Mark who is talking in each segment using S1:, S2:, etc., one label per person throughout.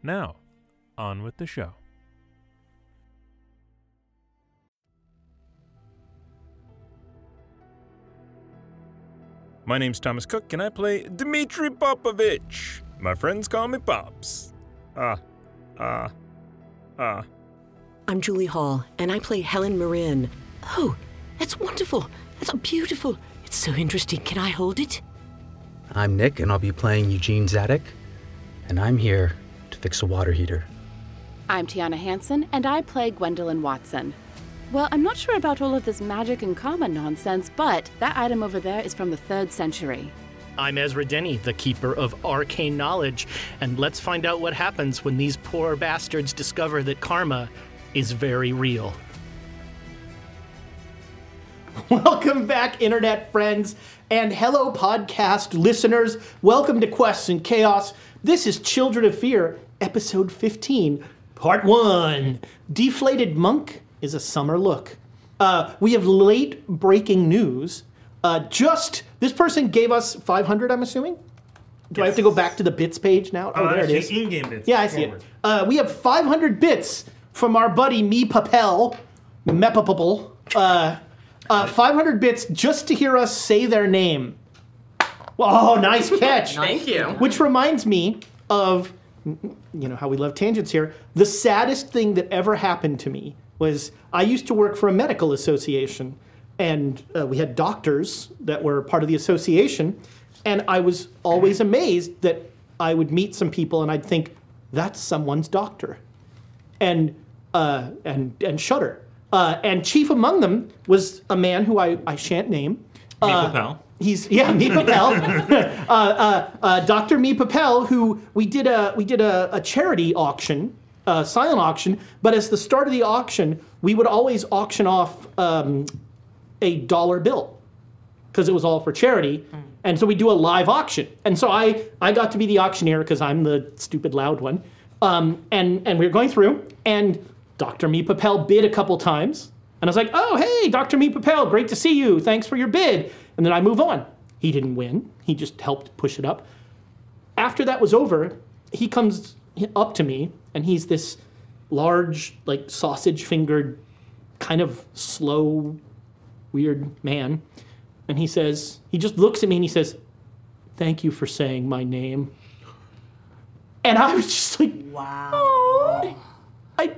S1: Now, on with the show. My name's Thomas Cook, and I play Dmitri Popovich. My friends call me Pops. Ah, ah, ah.
S2: I'm Julie Hall, and I play Helen Marin. Oh, that's wonderful. That's beautiful. It's so interesting. Can I hold it?
S3: I'm Nick, and I'll be playing Eugene Zadek, and I'm here to fix a water heater.
S4: I'm Tiana Hansen, and I play Gwendolyn Watson. Well, I'm not sure about all of this magic and karma nonsense, but that item over there is from the third century.
S5: I'm Ezra Denny, the keeper of arcane knowledge, and let's find out what happens when these poor bastards discover that karma is very real.
S6: Welcome back, internet friends, and hello, podcast listeners. Welcome to Quests and Chaos. This is Children of Fear, episode 15, part one. Deflated Monk is a summer look. Uh, we have late breaking news. Uh, just this person gave us 500, I'm assuming. Do I have to go back to the bits page now? Oh, there it is.
S1: Uh, in-game bits.
S6: Yeah, I see it. Uh, we have 500 bits from our buddy Me Papel, Mepapapel. Uh, uh, 500 bits just to hear us say their name. Oh, nice catch.
S7: Thank you.
S6: Which reminds me of, you know, how we love tangents here. The saddest thing that ever happened to me was I used to work for a medical association, and uh, we had doctors that were part of the association, and I was always amazed that I would meet some people and I'd think, that's someone's doctor and uh, and and Shudder. Uh, and chief among them was a man who I, I shan't name. Uh, He's yeah, Me Papel, uh, uh, uh, Doctor Me Papel, who we did a we did a, a charity auction, uh, silent auction. But as the start of the auction, we would always auction off um, a dollar bill because it was all for charity. And so we do a live auction. And so I, I got to be the auctioneer because I'm the stupid loud one. Um, and, and we were going through, and Dr. Me Papel bid a couple times. And I was like, oh, hey, Dr. Me Papel, great to see you. Thanks for your bid. And then I move on. He didn't win, he just helped push it up after that was over, he comes up to me and he's this large, like sausage fingered, kind of slow, weird man. And he says, he just looks at me and he says, Thank you for saying my name. And I was just like, Wow. I,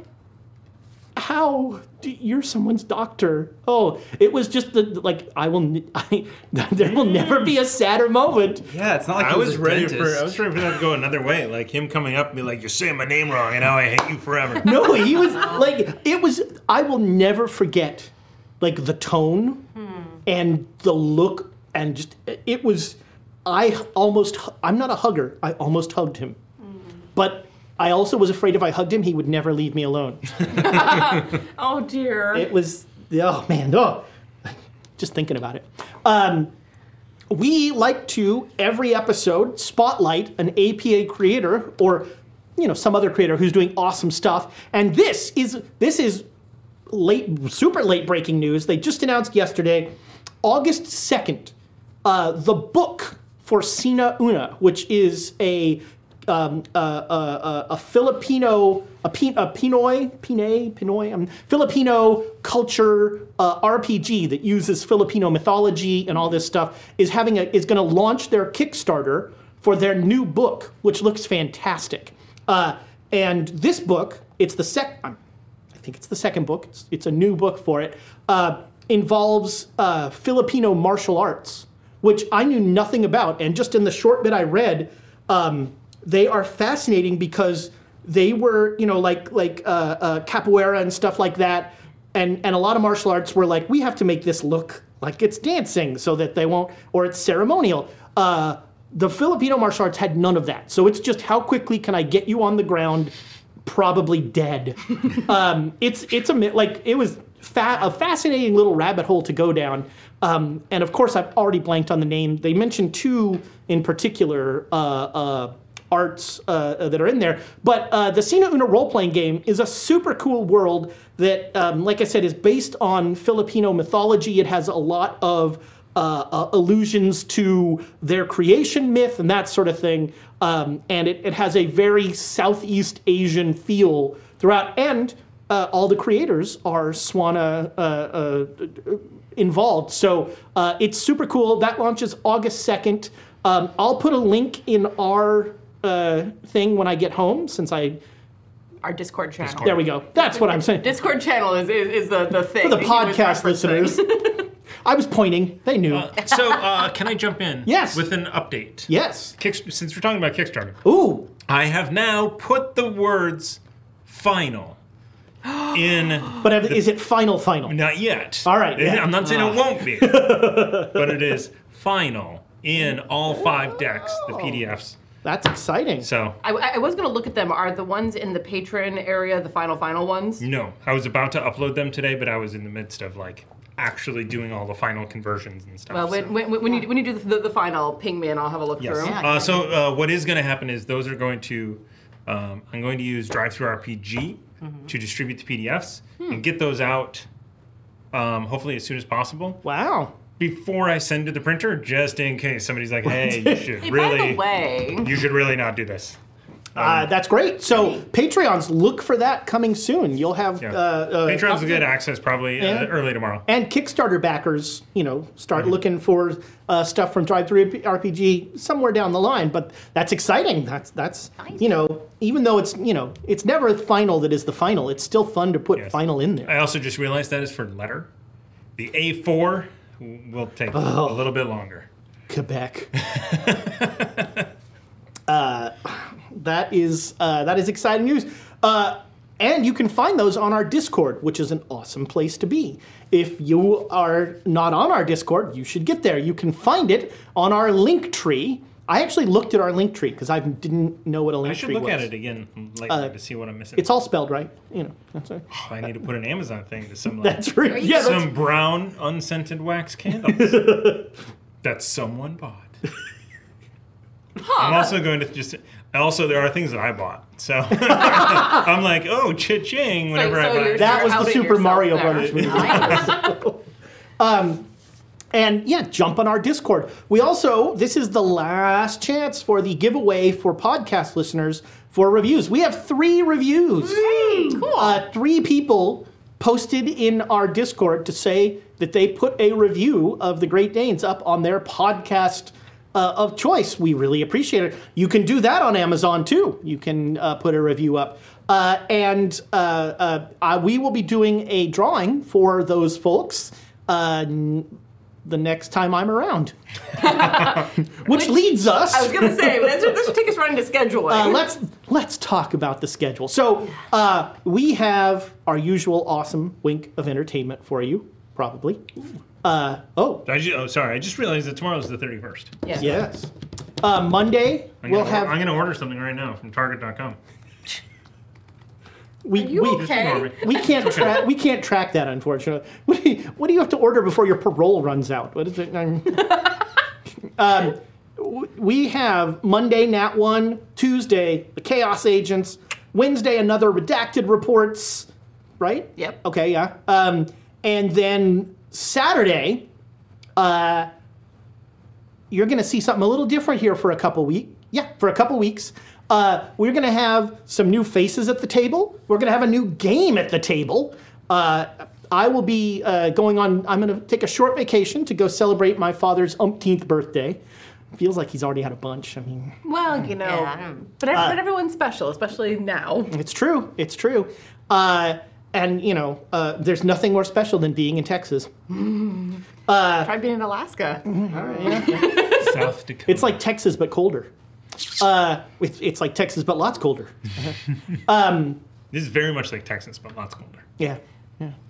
S6: how do, you're someone's doctor oh it was just the like i will n- I, there will never be a sadder moment
S7: Yeah, it's not like
S1: I
S7: he
S1: was
S7: a
S1: ready
S7: dentist.
S1: for I was ready for that to go another way, like him coming up and be like, "You're saying my name wrong, and now I hate you forever."
S6: No, he was like it was. I will never forget, like the tone and the look and just it was. I almost. I'm not a hugger. I almost hugged him, but I also was afraid if I hugged him, he would never leave me alone.
S7: Oh dear.
S6: It was oh man, oh, just thinking about it. Um, we like to every episode spotlight an APA creator or you know some other creator who's doing awesome stuff, and this is this is late, super late breaking news. They just announced yesterday, August 2nd, uh, the book for Sina Una, which is a um, uh, uh, a Filipino, a, Pin, a Pinoy, Pinay, Pinoy, um, Filipino culture uh, RPG that uses Filipino mythology and all this stuff is having a, is going to launch their Kickstarter for their new book, which looks fantastic. Uh, and this book, it's the sec. I'm I think it's the second book. It's, it's a new book for it. Uh, involves uh, Filipino martial arts, which I knew nothing about. And just in the short bit I read, um, they are fascinating because they were, you know, like like uh, uh, capoeira and stuff like that. And and a lot of martial arts were like, we have to make this look like it's dancing so that they won't, or it's ceremonial. Uh, The Filipino martial arts had none of that. So it's just how quickly can I get you on the ground, probably dead. um, it's it's a mi- like it was fa- a fascinating little rabbit hole to go down. Um, and of course, I've already blanked on the name. They mentioned two in particular. Uh, uh, arts uh, that are in there. But uh, the Sina Una role playing game is a super cool world that, um, like I said, is based on Filipino mythology. It has a lot of uh, uh, allusions to their creation myth and that sort of thing. Um, and it, it has a very Southeast Asian feel throughout. And uh, all the creators are Swana uh, uh, involved. So uh, it's super cool. That launches August 2nd. Um, I'll put a link in our uh, thing when I get home, since I.
S7: Our Discord channel.
S6: There we go. That's what I'm saying.
S7: Discord channel is, is, is the, the thing.
S6: For the
S7: that he was
S6: podcast
S7: referencing.
S6: listeners. I was pointing. They knew.
S1: so, uh, can I jump in?
S6: Yes.
S1: With an update.
S6: yes.
S1: Kickst- since we're talking about Kickstarter,
S6: Ooh.
S1: I have now put the words "final" in.
S6: But have- is it final, final?
S1: Not yet.
S6: All right, yeah.
S1: I'm not saying it won't be, but it is final in all five decks, the PDFs.
S6: That's exciting.
S1: So,
S7: I, I was going to look at them. Are the ones in the patron area the final, final ones?
S6: Mm,
S1: no, I was about to upload them today, but I was in the midst of like actually doing all the final conversions and stuff.
S7: Well,
S1: so.
S7: when, when, when, you, when you do the, the final, ping me and I'll have a look
S1: Yes.
S7: through 'em.
S1: Uh, so uh, what is going to happen is those are going to. Um, I'm going to use Drive Through RPG
S6: Mm-hmm.
S1: to distribute the PDFs
S7: Hmm.
S1: and get those out. Um, hopefully as soon as possible
S6: Wow.
S1: before I send to the printer, just in case somebody's like, "Hey, you should really,
S7: By the way,
S1: you should really not do this." Um,
S6: Uh, that's great. So, Patreons, look for that coming soon. You'll have.
S1: Yeah.
S6: Uh, uh,
S1: Patreons will get access probably uh,
S6: Yeah.
S1: early tomorrow.
S6: and Kickstarter backers, you know, start looking for uh, stuff from Drive Through RPG somewhere down the line. But that's exciting. That's that's you know, even though it's you know, it's never the final that is the final. It's still fun to put
S1: Yes.
S6: final in there.
S1: I also just realized that is for letter. The A4 w- will take a little bit longer.
S6: Quebec. uh, that is uh, that is exciting news. Uh, and you can find those on our Discord, which is an awesome place to be. If you are not on our Discord, you should get there. You can find it on our link tree. I actually looked at our link tree because I didn't know what a link
S1: I should
S6: tree
S1: look
S6: was.
S1: at it again later to see what I'm missing.
S6: Uh, It's all spelled right, you know. That's right.
S1: Oh, I need to put an Amazon thing to some like,
S6: That's right. Yeah, that's,
S1: some brown unscented wax candles that someone bought. I'm also going to just. Also, there are things that I bought, so I'm like, oh, cha-ching! Whenever
S7: so
S1: I buy,
S7: you're-
S1: it.
S6: that was the
S7: outing
S6: Super
S7: yourself
S6: Mario
S7: there.
S6: Brothers movie. And yeah, jump on our Discord. We also, this is the last chance for the giveaway for podcast listeners for reviews. We have three reviews.
S7: cool.
S6: Uh, three people posted in our Discord to say that they put a review of the Great Danes up on their podcast uh, of choice. We really appreciate it. You can do that on Amazon too. You can uh, put a review up. Uh, and uh, uh, uh, we will be doing a drawing for those folks uh, n- the next time I'm around. Which leads us.
S7: I was going to say, this should, this should take us right into scheduling.
S6: Uh, let's let's talk about the schedule. So uh, we have our usual awesome wink of entertainment for you, probably. Uh, oh
S1: I ju- oh, sorry, I just realized that tomorrow's the 31st.
S7: yeah.
S6: yes, uh, Monday
S1: I'm
S6: we'll
S1: gonna,
S6: have
S1: I'm gonna order something right now from Target.com.
S6: we
S7: You
S6: we,
S7: okay?
S6: we can't track we can't track that unfortunately. What do you, what do you have to order before your parole runs out? What is it? um, w- we have Monday Nat One, Tuesday the Chaos Agents, Wednesday another redacted reports, right?
S7: Yep.
S6: Okay, yeah. Um, and then Saturday, uh, you're going to see something a little different here for a couple week. Yeah, for a couple weeks. Uh, we're going to have some new faces at the table. We're going to have a new game at the table. Uh, I will be uh, going on. I'm going to take a short vacation to go celebrate my father's umpteenth birthday. Feels like he's already had a bunch. I mean.
S7: Well, you know, but,
S6: Uh,
S7: ev- but everyone's special, especially now.
S6: It's true. It's true. Uh, and you know, uh, there's nothing more special than being in Texas.
S7: Try being in Alaska.
S6: Mm-hmm.
S1: South Dakota.
S6: It's like Texas but colder. Uh, it's, it's like Texas but lots colder.
S1: this is very much like Texas, but lots colder.
S6: Yeah.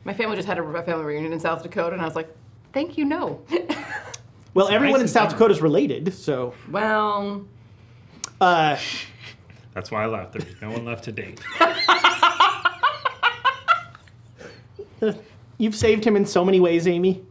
S7: My family just had a re- family reunion in South Dakota, and I was like, thank you, no.
S6: Well, everyone in
S1: nice
S6: South
S1: summer.
S6: Dakota is related, so
S7: Well,
S6: uh,
S1: That's why I left. There's no one left to date.
S6: You've saved him in so many ways, Amy.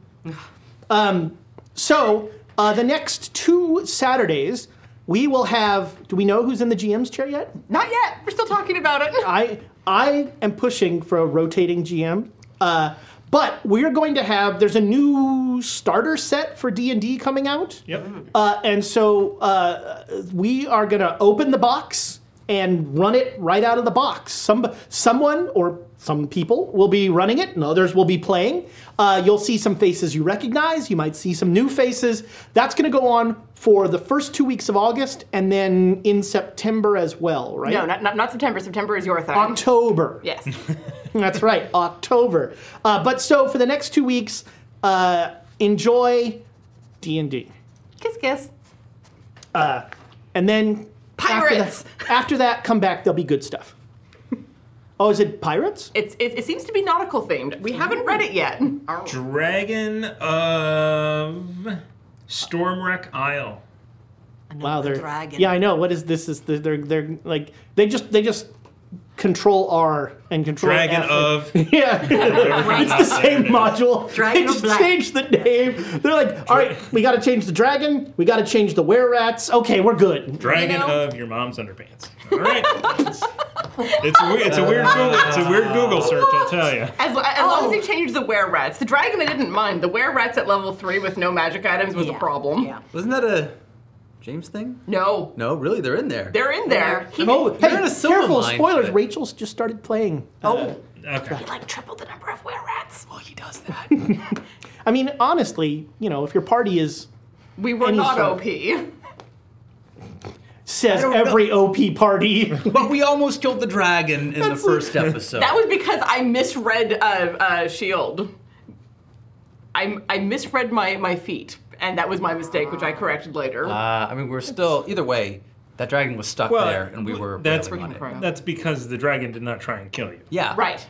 S6: Um, so uh, the next two Saturdays, we will have. Do we know who's in the GM's chair yet?
S7: not yet. We're still talking about it.
S6: I I am pushing for a rotating GM, uh, but we're going to have. There's a new starter set for D and D coming out.
S1: Yep.
S6: Uh, and so uh, we are going to open the box and run it right out of the box. Some someone or some people will be running it, and others will be playing. Uh, you'll see some faces you recognize. You might see some new faces. That's going to go on for the first two weeks of August, and then in September as well, right?
S7: No, not, not, not September. September is your thing.
S6: October.
S7: Yes.
S6: That's right, October. Uh, but so for the next two weeks, uh, enjoy D and D.
S7: kiss, kiss.
S6: And then after that-
S7: Pirates!
S6: After that, come back. There'll be good stuff. Oh, is it pirates?
S7: It's, it, it seems to be nautical themed. We haven't read it yet.
S1: Dragon of Stormwreck Isle.
S6: wow, they're
S8: dragon.
S6: yeah. I know. What is this? Is the, they're they're like they just they just control R and control
S1: Dragon
S6: F.
S1: of.
S6: yeah. it's the same module.
S8: Dragon
S6: they
S8: of
S6: just
S8: Black.
S6: changed the name. They're like, all right, we got to change the dragon. We got to change the were rats. Okay, we're good.
S1: Dragon of your mom's underpants. All right. It's, it's, a, wee- it's a weird Google, it's a weird Google search, I'll tell you.
S7: As, as long
S6: Oh.
S7: as they changed the were rats. The dragon I didn't mind. The were rats at level three with no magic items was a
S8: Yeah,
S7: problem.
S8: yeah.
S9: Wasn't that a James thing?
S7: No.
S9: No, really, they're in there.
S7: They're in there. He
S6: Oh, hey,
S9: in a silver
S6: careful!
S9: line,
S6: Spoilers.
S9: but-
S6: Rachel's just started playing. Oh,
S1: Okay.
S7: like tripled the number of were rats.
S9: Oh, he does that.
S6: I mean, honestly, you know, if your party is
S7: We were
S6: Any
S7: not
S6: sort.
S7: OP.
S6: says
S9: don't know.
S6: every OP party.
S9: but we almost killed the dragon in the first episode.
S7: That was because I misread uh, uh, Shield. I, I misread my, my feet, and that was my mistake, which I corrected later.
S6: Ah.
S9: Uh, I mean, we're still either way. That dragon was stuck
S1: Well,
S9: there, and we were
S1: that's-
S9: railing on it.
S1: That's because the dragon did not try and kill you.
S9: Yeah,
S7: right.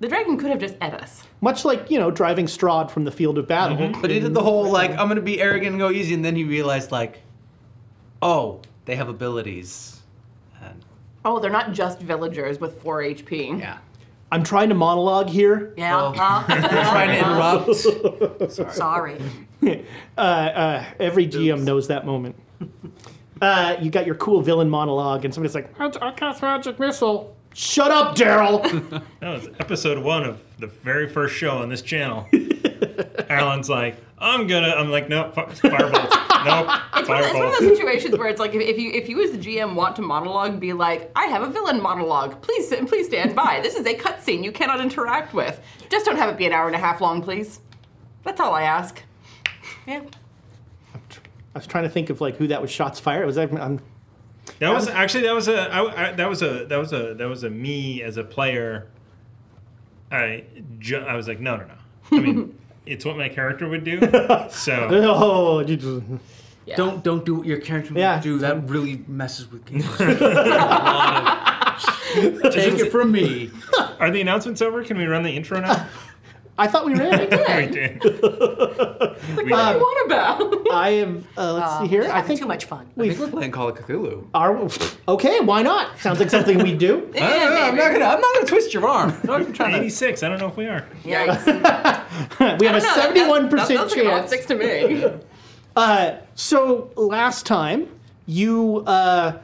S7: The dragon could have just ate us.
S6: Much like, you know, driving Strahd from the field of battle.
S7: Mm-hmm.
S9: But he did the whole like, I'm gonna be arrogant and go easy, and then he realized like, oh, they have abilities. And
S7: Oh, they're not just villagers with 4 HP.
S9: yeah,
S6: I'm trying to monologue here.
S8: Yeah.
S6: Oh.
S8: uh,
S9: I'm trying to interrupt.
S8: sorry.
S6: Uh, Every GM knows that moment. Uh, you got your cool villain monologue, and somebody's like, I, I cast magic missile. Shut up, Daryl.
S1: That was episode one of the very first show on this channel. Alan's like, I'm gonna. I'm like, nope, fi- fireballs. nope,
S7: It's one of
S1: fireballs.
S7: those situations where it's like if, if you if you as the GM want to monologue, be like, I have a villain monologue. Please sit- please stand by. This is a cutscene you cannot interact with. Just don't have it be an hour and a half long, please. That's all I ask. Yeah.
S6: I was trying to think of like who that was. Shots fired. Was that? I'm,
S1: That was actually that was a I, I, that was a that was a that was a me as a player. I ju- I was like, no, no, no. I mean, it's what my character would do. So
S6: oh, you just-
S9: Don't don't do what your character would
S6: Yeah.
S9: do. That really messes with games. Take it from me.
S1: are the announcements over? Can we run the intro now?
S6: I thought we ran.
S1: we did. We
S7: What do you
S1: did.
S7: want about?
S6: I am. Uh, let's see here. I
S8: Having
S6: think
S8: too much fun.
S9: I think we're playing Call of Cthulhu.
S6: Are, okay, why not? Sounds like something we do.
S9: I don't know, I'm not gonna. I'm not gonna twist your arm. I'm not trying to.
S1: 86. I don't know if we are.
S7: Yikes.
S6: We have a seventy-one
S7: That
S6: percent
S7: sounds like an odd
S6: chance.
S7: six to me.
S6: Uh, so last time you, uh,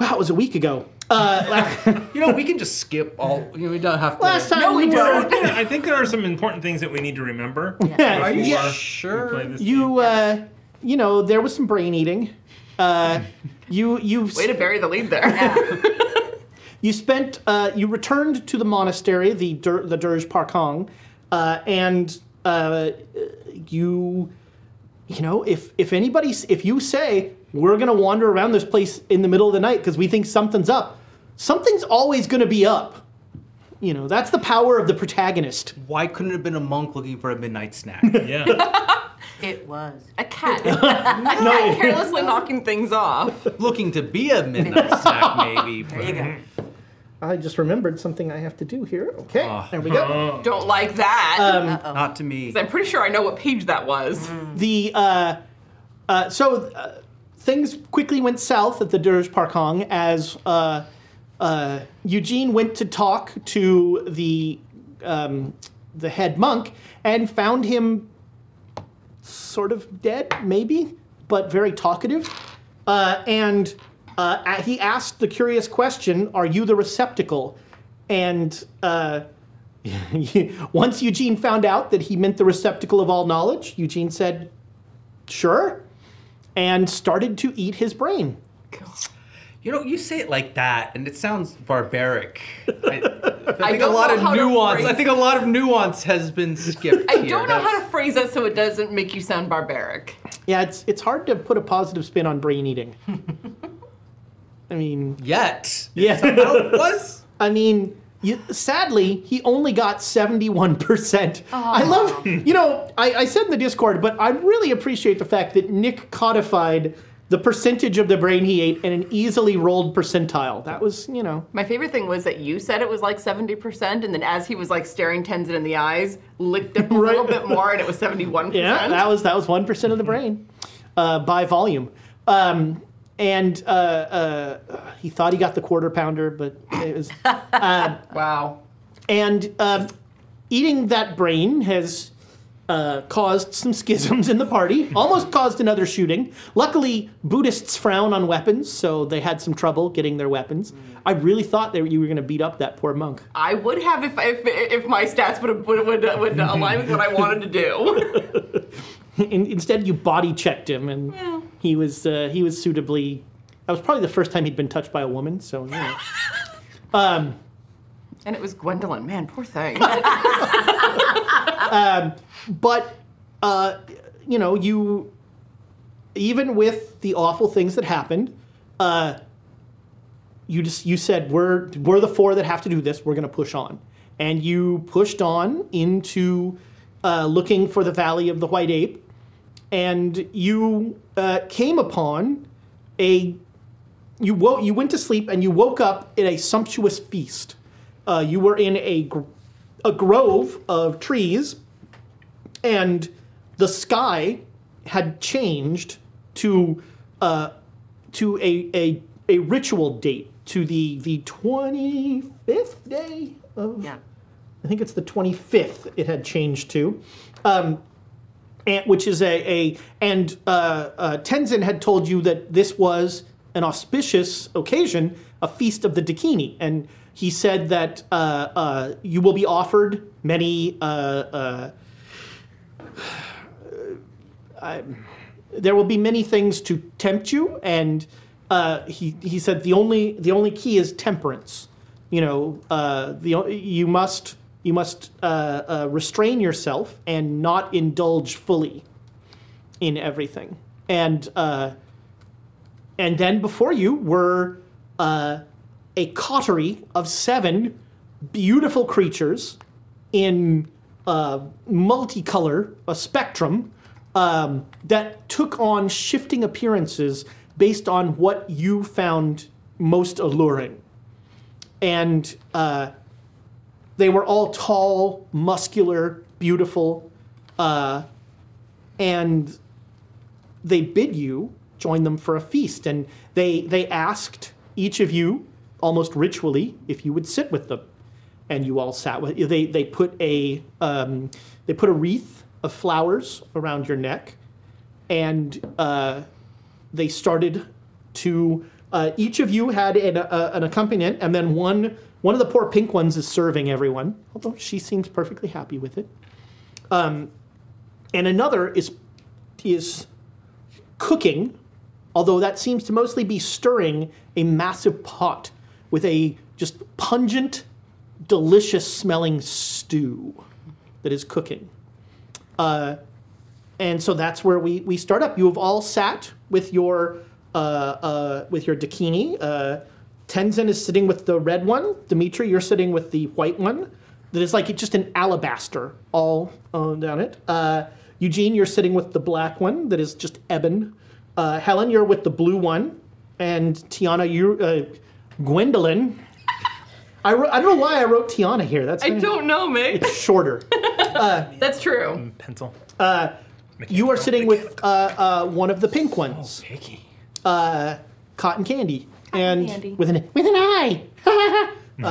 S6: wow, it was a week ago. Uh, la-
S9: You know, we can just skip all. You know, we don't have to.
S6: last time
S7: No, we
S6: you were-
S7: don't.
S1: Yeah, I think there are some important things that we need to remember.
S9: Are you
S1: before we
S9: sure?
S1: play this game.
S6: You, uh, you know, there was some brain eating. Uh, you, you,
S7: Way to bury the lead there.
S6: you spent, uh, you returned to the monastery, the Dur- the Dirge Parkong, uh, and uh, you, you know, if if anybody, s- if you say we're gonna wander around this place in the middle of the night because we think something's up, something's always gonna be up. You know, that's the power of the protagonist.
S9: Why couldn't it have been a monk looking for a midnight snack?
S1: Yeah.
S8: It was.
S7: a cat. A cat carelessly knocking things off.
S9: looking to be a midnight snack, maybe. but-
S8: There you go.
S6: I just remembered something I have to do here. Okay, there we go.
S7: Don't like that.
S6: Um,
S9: Not to me.
S7: I'm pretty sure I know what page that was.
S6: The uh, uh, so uh, things quickly went south at the Dirge Parkong as uh, uh, Eugene went to talk to the um, the head monk and found him sort of dead, maybe, but very talkative. Uh, and uh, a- he asked the curious question, "Are you the receptacle?" And uh, once Eugene found out that he meant the receptacle of all knowledge, Eugene said, "Sure," and started to eat his brain.
S9: You know, you say it like that, and it sounds barbaric. I, I think a
S7: don't
S9: lot
S7: know
S9: of
S7: how to
S9: nuance. I
S7: phrase-
S9: think a lot of nuance has been skipped.
S7: I don't know how to phrase that so it doesn't make you sound barbaric.
S6: Yeah, it's it's hard to put a positive spin on brain eating. I mean,
S9: Yet,
S6: yeah.
S9: how it was.
S6: I mean, you, sadly, he only got 71%. I love, you know, I, I said in the Discord, but I really appreciate the fact that Nick codified the percentage of the brain he ate in an easily rolled percentile. That was, you know,
S7: My favorite thing was that you said it was like 70%, and then as he was like staring Tenzin in the eyes, licked up a little bit more, and it was 71%.
S6: yeah, that was that was one percent of the brain uh, by volume. Um, and uh, uh, he thought he got the quarter pounder, but it was
S7: wow.
S6: And um, eating that brain has uh, caused some schisms in the party, almost caused another shooting. Luckily, Buddhists frown on weapons, so they had some trouble getting their weapons. I really thought that you were going to beat up that poor monk.
S7: I would have if, if, if my stats would, would, would, would align with what I wanted to do.
S6: In- instead, you body checked him, and he was uh, he was suitably. That was probably the first time he'd been touched by a woman, so. You know.
S7: And it was Gwendolyn. Man, poor thing.
S6: but uh, you know you even with the awful things that happened uh, you just you said we're we're the four that have to do this we're going to push on and you pushed on into uh, looking for the valley of the white ape and you uh, came upon a you woke you went to sleep and you woke up in a sumptuous feast uh, you were in a gr- a grove of trees and the sky had changed to uh, to a, a a ritual date to the the twenty fifth day of
S8: Yeah.
S6: I think it's the twenty fifth it had changed to, um, and, which is a a and uh, uh, Tenzin had told you that this was an auspicious occasion, a feast of the Dakini, and he said that uh, uh, you will be offered many. Uh, uh, there will be many things to tempt you, and uh, he he said the only the only key is temperance. You know, uh, the o- you must you must uh, uh, restrain yourself and not indulge fully in everything. And uh, and then before you were uh, a coterie of seven beautiful creatures in uh, multicolor, a spectrum um, that took on shifting appearances based on what you found most alluring. And uh, they were all tall, muscular, beautiful, uh, and they bid you join them for a feast and they they asked each of you almost ritually if you would sit with them and you all sat with they they put a um, they put a wreath of flowers around your neck and uh, they started to uh, each of you had an, uh, an accompaniment and then one one of the poor pink ones is serving everyone although she seems perfectly happy with it Um, and another is is cooking, although that seems to mostly be stirring a massive pot with a just pungent, delicious smelling stew that is cooking. Uh, and so that's where we, we start up. You have all sat with your uh, uh, with your dakini. Uh, Tenzin is sitting with the red one. Dimitri, you're sitting with the white one. That is like just an alabaster all uh, down it. Uh, Eugene, you're sitting with the black one. That is just ebon. Uh, Helen, you're with the blue one, and Tiana, you uh, Gwendolyn I, wrote, I don't know why I wrote Tiana here. That's
S7: I don't know, Mick.
S6: it's shorter.
S7: That's true.
S5: Pencil.
S6: you are sitting with uh, uh, one of the pink ones,
S9: Picky.
S6: cotton candy, and
S7: candy.
S6: with an with an eye. Um,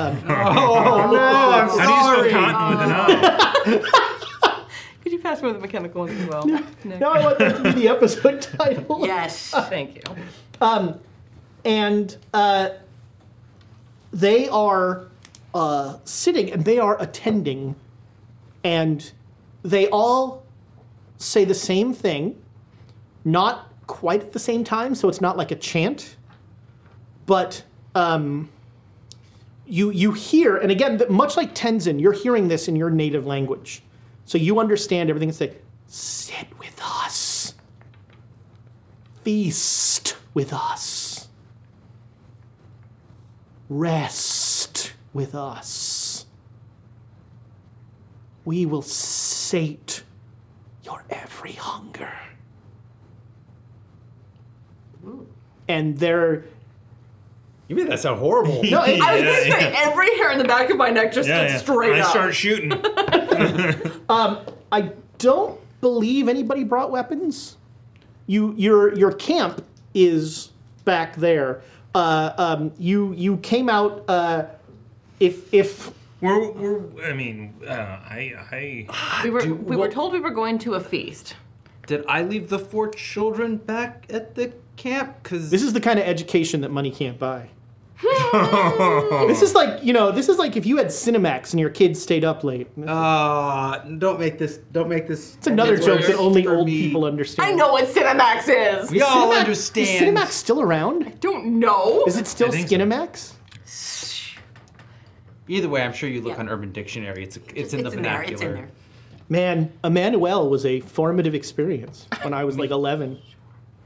S1: How
S9: I'm
S1: do you
S9: sorry.
S1: spell cotton with an eye?
S7: Could you pass me the mechanical one as well? Nick?
S6: No, I want that to be the episode title.
S8: Yes.
S7: Oh, Thank you.
S6: and uh, they are uh, sitting and they are attending, and they all say the same thing, not quite at the same time, so it's not like a chant, but um, you you hear, and again, th- much like Tenzin, you're hearing this in your native language, so you understand everything. It's like, sit with us, feast with us rest with us. We will sate your every hunger. And they're
S9: You made that sound horrible.
S6: no, it-
S7: I was gonna say every hair in the back of my neck just
S1: Yeah,
S7: stood
S1: yeah.
S7: straight
S1: I
S7: up.
S1: start shooting.
S6: I don't believe anybody brought weapons. You your your camp is back there. Uh, um, you you came out uh, if if
S1: We're, we're, I mean, uh, I, I,
S7: we were we were told we were going to a feast.
S9: Did I leave the four children back at the camp? Cause
S6: This is the kind of education that money can't buy. this is like, you know, this is like if you had Cinemax and your kids stayed up late. It's
S9: Ah, don't make this. Don't make this. It's
S6: another joke
S9: worse
S6: that only
S9: for
S6: old
S9: me.
S6: people understand.
S7: I know what Cinemax is.
S9: We all
S6: Cinemax- Is
S9: understand.
S6: Cinemax still around?
S7: Don't know.
S6: Is it still
S1: think so.
S6: Skinemax?
S9: Either way, I'm sure you look
S8: Yeah.
S9: on Urban Dictionary. It's it's in
S8: it's
S9: the
S8: in there.
S9: vernacular.
S8: It's in there.
S6: Man, Emmanuel was a formative experience when I was like 11.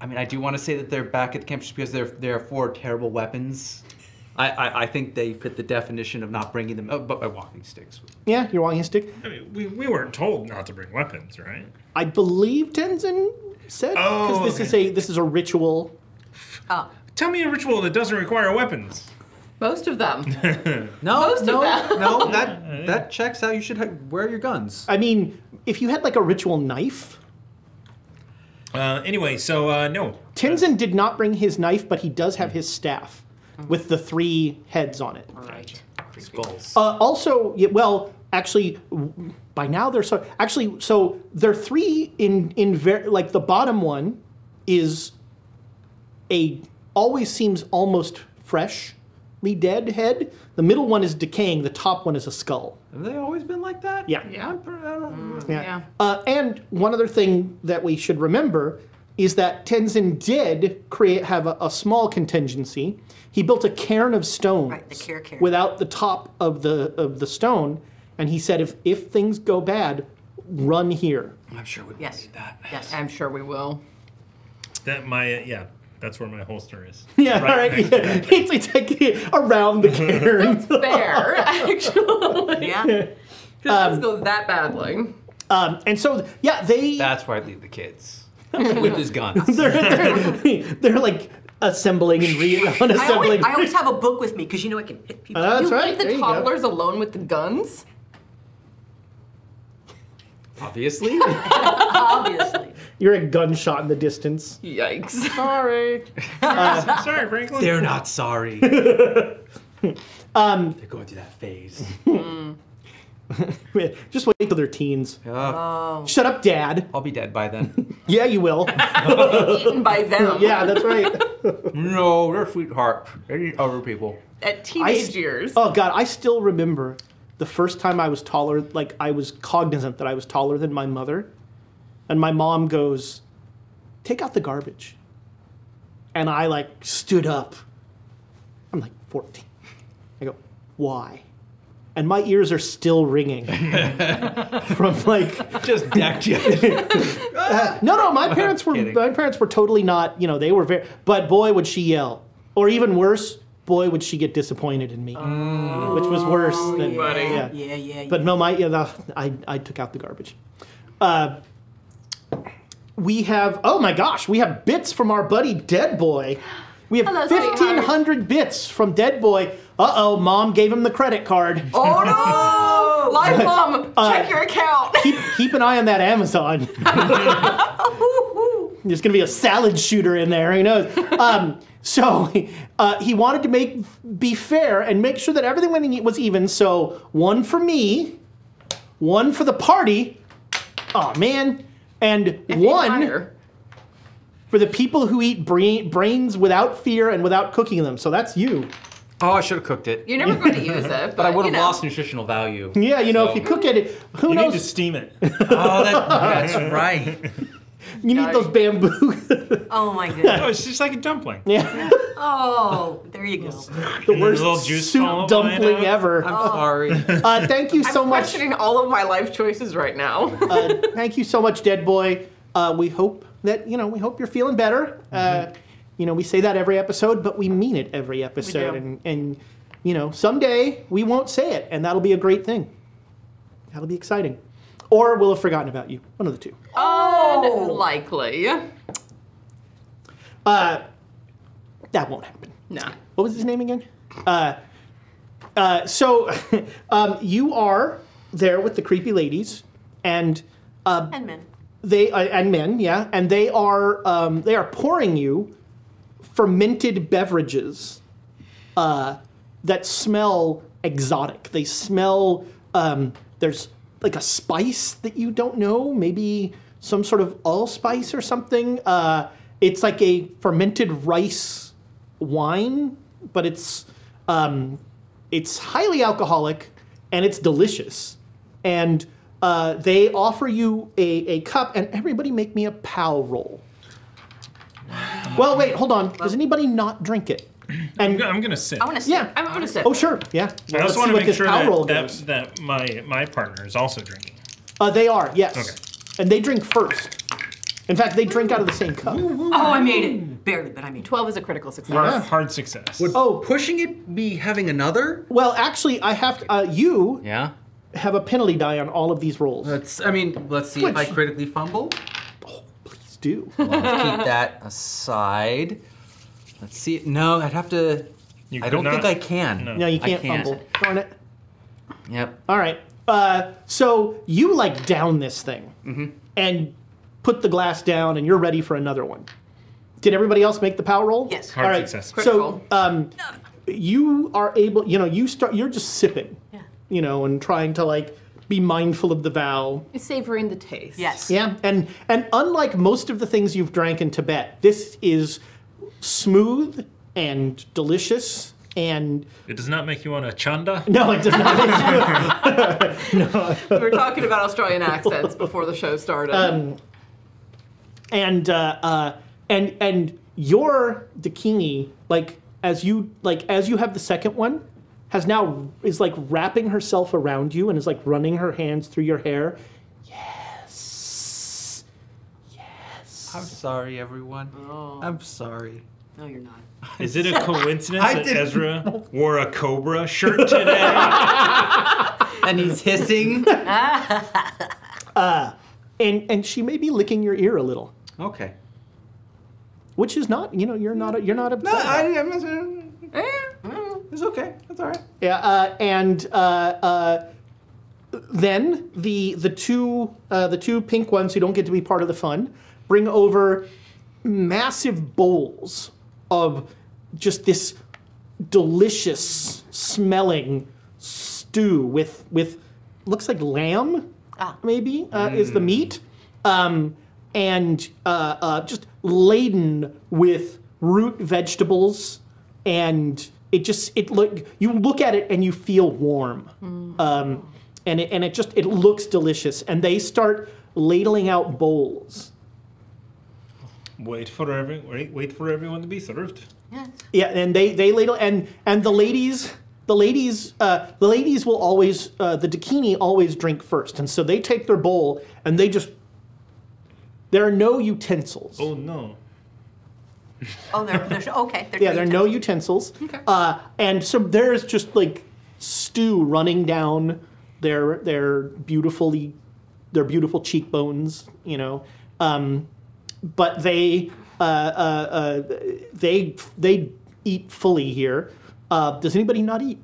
S9: I mean, I do want to say that they're back at the camp just because they're they are four terrible weapons. I, I, I think they fit the definition of not bringing them. Oh, but my walking sticks.
S6: Yeah, you're walking a stick.
S1: I mean, we, we weren't told not to bring weapons, right?
S6: I believe Tenzin said because
S1: Oh,
S6: this
S1: okay.
S6: is a this is a ritual.
S1: Tell me a ritual that doesn't require weapons.
S7: Most of them.
S9: No,
S7: Most of
S9: no,
S7: them.
S9: no. That that checks out. You should ha- wear your guns.
S6: I mean, if you had like a ritual knife,
S1: Uh, anyway, so, uh, no.
S6: Tenzin did not bring his knife, but he does have his staff with the three heads on it.
S8: Right.
S9: Skulls.
S6: Uh, also, yeah, well, actually, w- by now they're so actually so there are three in in ver- like the bottom one is a always seems almost freshly dead head. The middle one is decaying. The top one is a skull.
S9: Have they always been like that?
S6: Yeah.
S9: I'm per- I don't-
S7: Yeah.
S6: Uh, and one other thing that we should remember is that Tenzin did create have a, a small contingency. He built a cairn of stones
S8: Right, the care cairn.
S6: without the top of the of the stone, and he said if if things go bad, run here.
S9: Mm. I'm sure we will
S8: Yes.
S9: need that.
S8: Yes.
S7: I'm sure we will.
S1: That, my, uh, yeah, that's where my holster is.
S6: Yeah, all right. Mm-hmm. Yeah. It's, it's like around the cairn.
S7: Fair, actually.
S8: Yeah.
S7: Does go that badly?
S6: um, and so yeah, they
S9: That's where I leave the kids with his guns.
S6: they're like assembling and re
S8: I always,
S6: unassembling.
S8: I always have a book with me because you know I can hit people.
S6: that's
S7: you
S6: right.
S7: leave the
S6: there you go.
S7: toddlers alone with the guns?
S9: Obviously.
S8: Obviously.
S6: You're a gunshot in the distance.
S7: Yikes.
S6: Sorry.
S1: Sorry, Franklin.
S9: They're not sorry. um, They're going through that phase.
S6: Just wait till they're teens.
S9: Ugh,
S6: Shut up, Dad.
S9: I'll be dead by then.
S6: Yeah, you will.
S7: Eaten by them
S6: yeah, that's right.
S9: no, they're sweetheart. They eat other people.
S7: at teenage years.
S6: Oh God, I still remember the first time I was taller. Like I was cognizant that I was taller than my mother, and my mom goes, "Take out the garbage," and I like stood up. I'm like 14. I go, "Why?" And my ears are still ringing from like
S9: Just decked you.
S6: No, no, my parents were
S9: kidding.
S6: my parents were totally not. You know, they were very. But boy, would she yell, or even worse, boy, would she get disappointed in me, which was worse than. Oh, Yeah.
S8: Yeah, yeah, yeah.
S6: But no, my yeah, the, I I took out the garbage. Uh, we have oh my gosh, we have bits from our buddy Dead Boy. We have
S7: Hello, sweetheart.
S6: 1,500 bits from Dead Boy. Uh oh, mom gave him the credit card.
S7: Oh no! Live mom,
S6: Uh,
S7: check your account.
S6: Keep, keep an eye on that Amazon. There's going to be a salad shooter in there. Who knows? Um, so uh, he wanted to make be fair and make sure that everything went- e, was even. So one for me, one for the party. Oh man, and one
S7: Liar.
S6: for the people who eat bra- brains without fear and without cooking them. So that's you.
S9: Oh, I should have cooked it.
S7: You're never going to use it, but,
S9: but I would have
S7: you know.
S9: lost nutritional value.
S6: Yeah, you know, if
S9: So-
S6: you cook it, who
S1: You need
S6: knows?
S1: to steam it.
S9: Oh, that, that's right.
S6: you need those bamboo.
S8: Oh my goodness.
S1: No, it's just like a dumpling.
S6: yeah,
S8: Oh, there you go.
S6: the
S1: then
S6: worst
S1: a little juice
S6: soup
S1: followed
S6: dumpling
S1: by it.
S6: ever.
S9: I'm sorry.
S6: Uh, thank you so
S7: I'm
S6: much.
S7: questioning all of my life choices right now.
S6: Uh, thank you so much, Dead Boy. Uh, we hope that you know. We hope you're feeling better. Uh, you know, we say that every episode, but we mean it every episode.
S8: do.
S6: And and you know, someday we won't say it, and that'll be a great thing. That'll be exciting. Or we'll have forgotten about you. One of the two.
S8: Oh.
S7: Unlikely.
S6: Uh, that won't happen.
S7: Nah.
S6: What was his name again? Uh, uh, so um, you are there with the creepy ladies, and
S8: And men.
S6: they uh, and men, yeah, and they are um, they are pouring you fermented beverages uh, that smell exotic. They smell um, there's like a spice that you don't know, maybe some sort of allspice or something. Uh, it's like a fermented rice wine, but it's um, it's highly alcoholic and it's delicious. And uh, they offer you a, a cup, and everybody make me a pow roll. Well, wait, hold on. Does anybody not drink it? And
S1: I'm gonna sip.
S7: I want to sip.
S6: Yeah.
S7: I'm going to sip.
S6: oh, sure, yeah.
S1: I also
S6: Well, let's
S1: want
S6: see
S1: to
S6: what
S1: make
S6: this
S1: sure
S6: pow roll
S1: that, that,
S6: goes.
S1: that my my partner is also drinking.
S6: Uh, they are, yes.
S1: Okay.
S6: And they drink first. In fact, they drink out of the same cup.
S8: Oh, I made it. Barely, but I made 12.
S7: 12 is a critical success.
S1: Hard, hard success.
S6: Oh.
S9: pushing it be having another?
S6: Well, actually, I have to, uh, you
S9: Yeah.
S6: have a penalty die on all of these rolls.
S9: Let's. I mean, let's see if I
S6: Which-
S9: critically fumble.
S6: Please do.
S9: Let's keep that aside. Let's see. No, I'd have to.
S1: You
S9: I
S1: could
S9: don't think
S1: not-
S9: I can.
S1: no.
S6: No, you
S9: I
S6: can't,
S9: can't.
S6: fumble. Darn it.
S9: Yep.
S6: All right. Uh, so you like down this thing
S1: Mm-hmm.
S6: and put the glass down, and you're ready for another one. Did everybody else make the power roll?
S8: Yes.
S1: Hard
S6: All right.
S1: success.
S6: So um, you are able. You know, you start. You're just sipping.
S8: Yeah.
S6: You know, and trying to like be mindful of the vow.
S7: It's savoring the taste.
S8: Yes.
S6: Yeah. And and unlike most of the things you've drank in Tibet, this is smooth and delicious and
S1: It does not make you want a chanda.
S6: no, it does not.
S7: We were talking about Australian accents before the show started.
S6: Uh, and uh, uh, and and your Dakini, like as you like as you have the second one, has now is like wrapping herself around you and is like running her hands through your hair. Yes,
S9: I'm sorry, everyone. I'm sorry.
S8: No, you're not.
S1: Is it a coincidence
S9: I
S1: that
S9: didn't
S1: Ezra wore a cobra shirt today?
S9: And he's hissing.
S6: and and she may be licking your ear a little,
S9: okay.
S6: which is not you know you're not you're not upset.
S9: No, I, I'm not. eh, It's okay. That's all right.
S6: Yeah, uh, and uh, uh, then the the two uh, the two pink ones who don't get to be part of the fun bring over massive bowls of just this delicious smelling stew with with looks like lamb maybe uh, is the meat um, and uh, uh, just laden with root vegetables and it just it look you look at it and you feel warm um, and it and it just it looks delicious and they start ladling out bowls
S1: wait for every wait, wait for everyone to be served.
S8: Yes.
S6: Yeah, and they they ladle and and the ladies the ladies uh, the ladies will always uh, the dakini always drink first, and so they take their bowl and they just there are no utensils.
S1: Oh no.
S8: Oh, they're, they're okay. They're
S6: yeah, there are
S8: doing
S6: no utensils. Okay. Uh, and so there's just like stew running down their their beautifully their beautiful cheekbones, you know. Um, but they uh, They they eat fully here. Uh, does anybody not eat?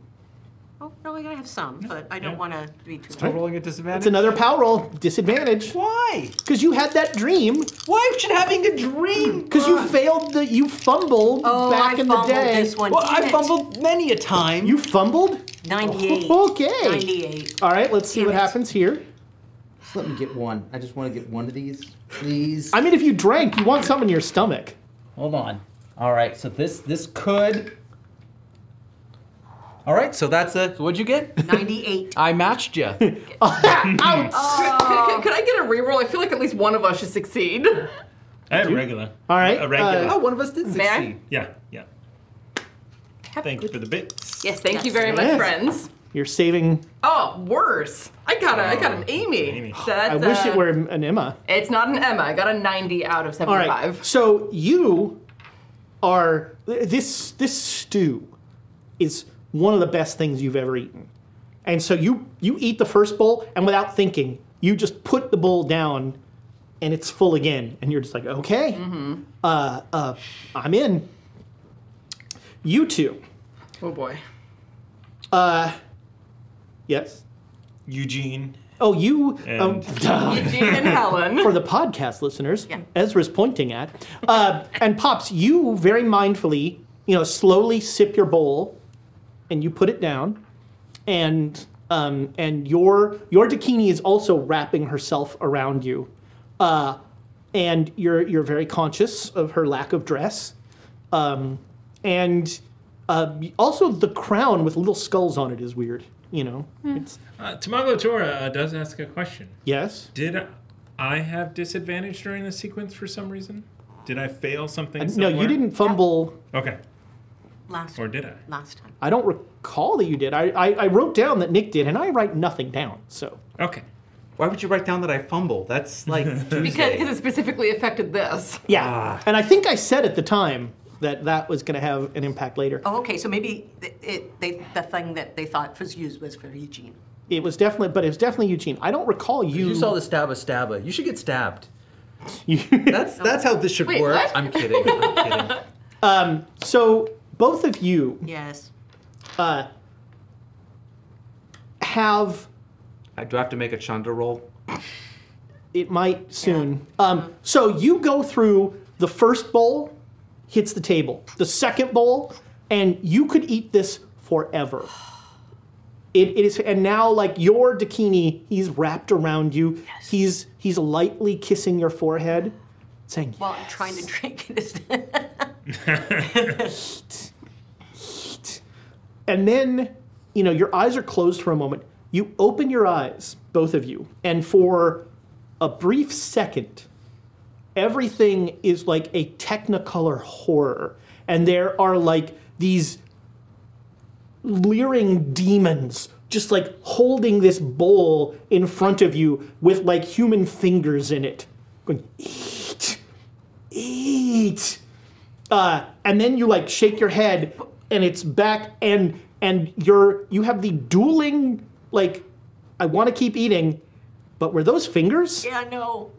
S8: Oh, no, we gotta have some, but I don't wanna be too.
S9: We're rolling at disadvantage.
S6: It's another power roll disadvantage
S9: Why?
S6: because you had that dream
S9: Why should having a dream?
S6: because you failed the you fumbled
S8: Oh, I
S6: back in the
S8: fumbled
S6: day.
S8: this one.
S9: Well,
S8: Damn
S9: I
S8: it.
S9: fumbled many a time.
S6: You fumbled.
S8: Ninety-eight.
S6: Okay.
S8: Ninety-eight.
S6: All right, let's see
S8: Damn
S6: what
S8: it.
S6: happens here.
S10: Just let me get one. I just want to get one of these, please.
S6: I mean, if you drank, you want some in your stomach.
S10: Hold on. All right. So this this could.
S9: All right, so that's a. So what'd you get?
S8: Ninety-eight.
S9: I matched you.
S7: Could, could I get a reroll? I feel like at least one of us should succeed.
S11: I had a regular.
S6: All right,
S11: A regular.
S9: oh, one of us did succeed.
S7: May I?
S11: yeah, yeah. Thank you for the bits.
S7: Yes, thank you very much,
S6: Yes.
S7: friends.
S6: You're saving.
S7: Oh, worse. I got a, I got an Amy.
S11: Amy.
S7: So that's,
S6: I wish
S7: uh,
S6: it were an Emma.
S7: It's not an Emma. I got a 90 out of
S6: All right.
S7: 75.
S6: So you are th- this this stew is one of the best things you've ever eaten. And so you you eat the first bowl and without thinking, you just put the bowl down and it's full again and you're just like, "Okay. Uh uh I'm in." You two.
S7: Oh boy.
S6: Yes.
S11: Eugene.
S6: Oh, you um,
S7: Eugene and Helen.
S6: for the podcast listeners, Ezra's pointing at. Uh, and Pops, you very mindfully, you know, slowly sip your bowl, and you put it down, and um, and your your Dakini is also wrapping herself around you, uh, and you're you're very conscious of her lack of dress, um, and uh, also the crown with little skulls on it is weird. You know, it's
S11: Uh, Tamago Tora uh, does ask a question.
S6: yes.
S11: Did I have disadvantage during the sequence for some reason? Did I fail something?
S9: Uh,
S6: No, you
S11: somewhere?
S6: didn't fumble.
S11: Okay,
S8: Last.
S11: or did I?
S8: Last time.
S6: I don't recall that you did. I, I, I wrote down that Nick did, and I write nothing down. So
S11: Okay.
S9: Why would you write down that I fumble? That's like
S7: because
S9: Tuesday.
S7: because it specifically affected this.
S6: yeah, and I think I said at the time that that was going to have an impact later.
S8: Oh, okay, so maybe it, it, they, the thing that they thought was used was for Eugene.
S6: It was definitely, but it was definitely Eugene. I don't recall you.
S9: you saw the stab of stabba. You should get stabbed. that's that's how this should
S7: Wait,
S9: work.
S7: what?
S9: I'm kidding. I'm kidding.
S6: So both of you uh,
S8: Yes.
S6: have.
S9: I do have to make a Chandra roll.
S6: It might soon. Um, so you go through the first bowl, hits the table. The second bowl, and you could eat this forever. It, it is, and now like your Dakini, he's wrapped around you. He's he's lightly kissing your forehead, saying,
S8: Well, I'm trying to drink it.
S6: and then you know your eyes are closed for a moment. You open your eyes, both of you, and for a brief second, everything is like a technicolor horror, and there are like these leering demons just like holding this bowl in front of you with like human fingers in it going eat eat uh, and then you like shake your head and it's back and and you're you have the dueling like i want to keep eating but were those fingers
S8: yeah, no.